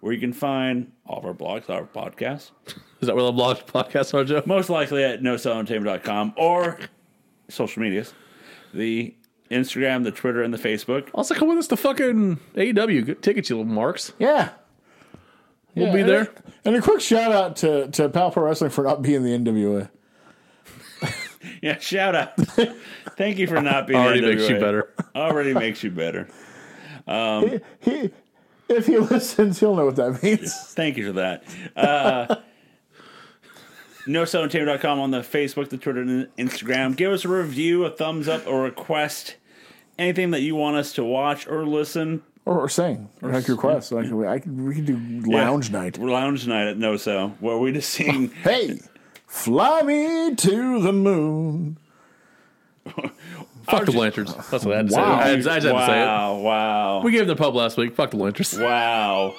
S1: where you can find all of our blogs, all of our podcasts,
S3: Is that where the blog podcasts are, Joe?
S1: most likely at nocellentertainment.com or social medias, the Instagram, the Twitter, and the Facebook.
S3: Also, come with us to fucking AEW. Good tickets, you little marks.
S4: Yeah.
S3: We'll be there.
S4: And a quick shout out to, to Pal Pro Wrestling for not being the NWA.
S1: Yeah, shout out. Thank you for not being
S3: Already makes you
S1: NWA.
S3: better.
S1: Already makes you better.
S4: He, he, if he listens, he'll know what that means.
S1: Thank you for that. Uh, NoSellingTable.com on the Facebook, the Twitter, and the Instagram. Give us a review, a thumbs up, a request. Anything that you want us to watch or listen.
S4: Or, or saying, or like your quest. Like, I can, we can do lounge night.
S1: We're lounge night at No So, where we just sing.
S4: Hey, fly me to the moon.
S3: Fuck the Blanchards. That's what I had to
S4: Wow.
S3: say. I just, I just had to say it.
S1: wow, wow,
S3: We gave them pub last week. Fuck the Blanchards.
S1: wow.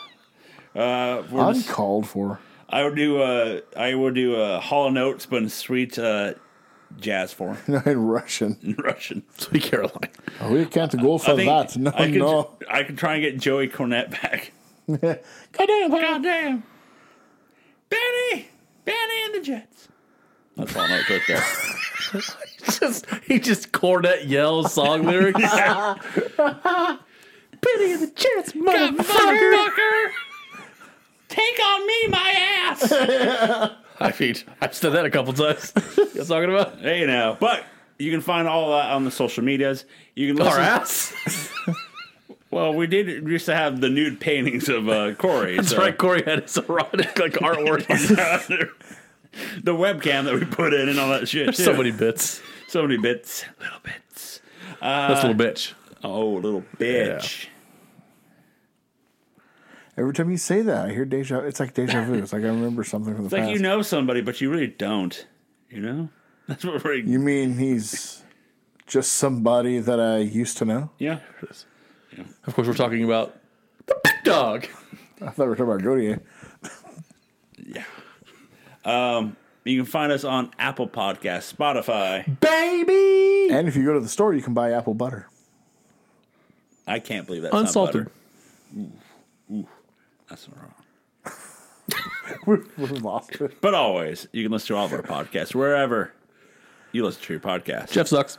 S1: Uh, we're just-
S4: Uncalled for.
S1: I would do. Uh, I would do uh, Hall Notes, but in sweet uh, jazz form
S4: In Russian. Oh,
S1: in Russian.
S3: Sweet Caroline.
S4: We can't go for that. No,
S1: I could,
S4: no.
S1: I could try and get Joey Cornett back.
S4: Goddamn,
S1: Goddamn. Benny! Benny and the Jets. That's all notes right there.
S3: Just, he just cornet yells song lyrics. Penny in the chance, motherfucker.
S1: Take on me, my ass!
S3: I mean, I've said that a couple times. you know what I'm talking about?
S1: hey, now. But you can find all that on the social medias. You can listen.
S3: Our ass.
S1: Well, we did used to have the nude paintings of uh, Corey.
S3: That's right. Corey had his erotic like artwork.
S1: the webcam that we put in and all that shit.
S3: so
S1: too.
S3: many bits.
S1: so many bits. Little bits.
S3: That's a little bitch.
S1: Oh, little bitch.
S4: Every time you say that, I hear deja. It's like deja vu. It's like I remember something from the
S1: It's
S4: past.
S1: like you know somebody, but you really don't. You know? That's what we're.
S4: You mean he's just somebody that I used to know?
S1: yeah.
S3: Of course, we're talking about the big dog.
S4: I thought we were talking about Godier.
S1: You can find us on Apple Podcasts, Spotify.
S3: Baby!
S4: And if you go to the store, you can buy apple butter.
S1: I can't believe that's Not
S3: Unsalted.
S1: butter. that's not wrong.
S4: we lost it.
S1: But always, you can listen to all of our podcasts wherever you listen to your podcast.
S3: Jeff sucks.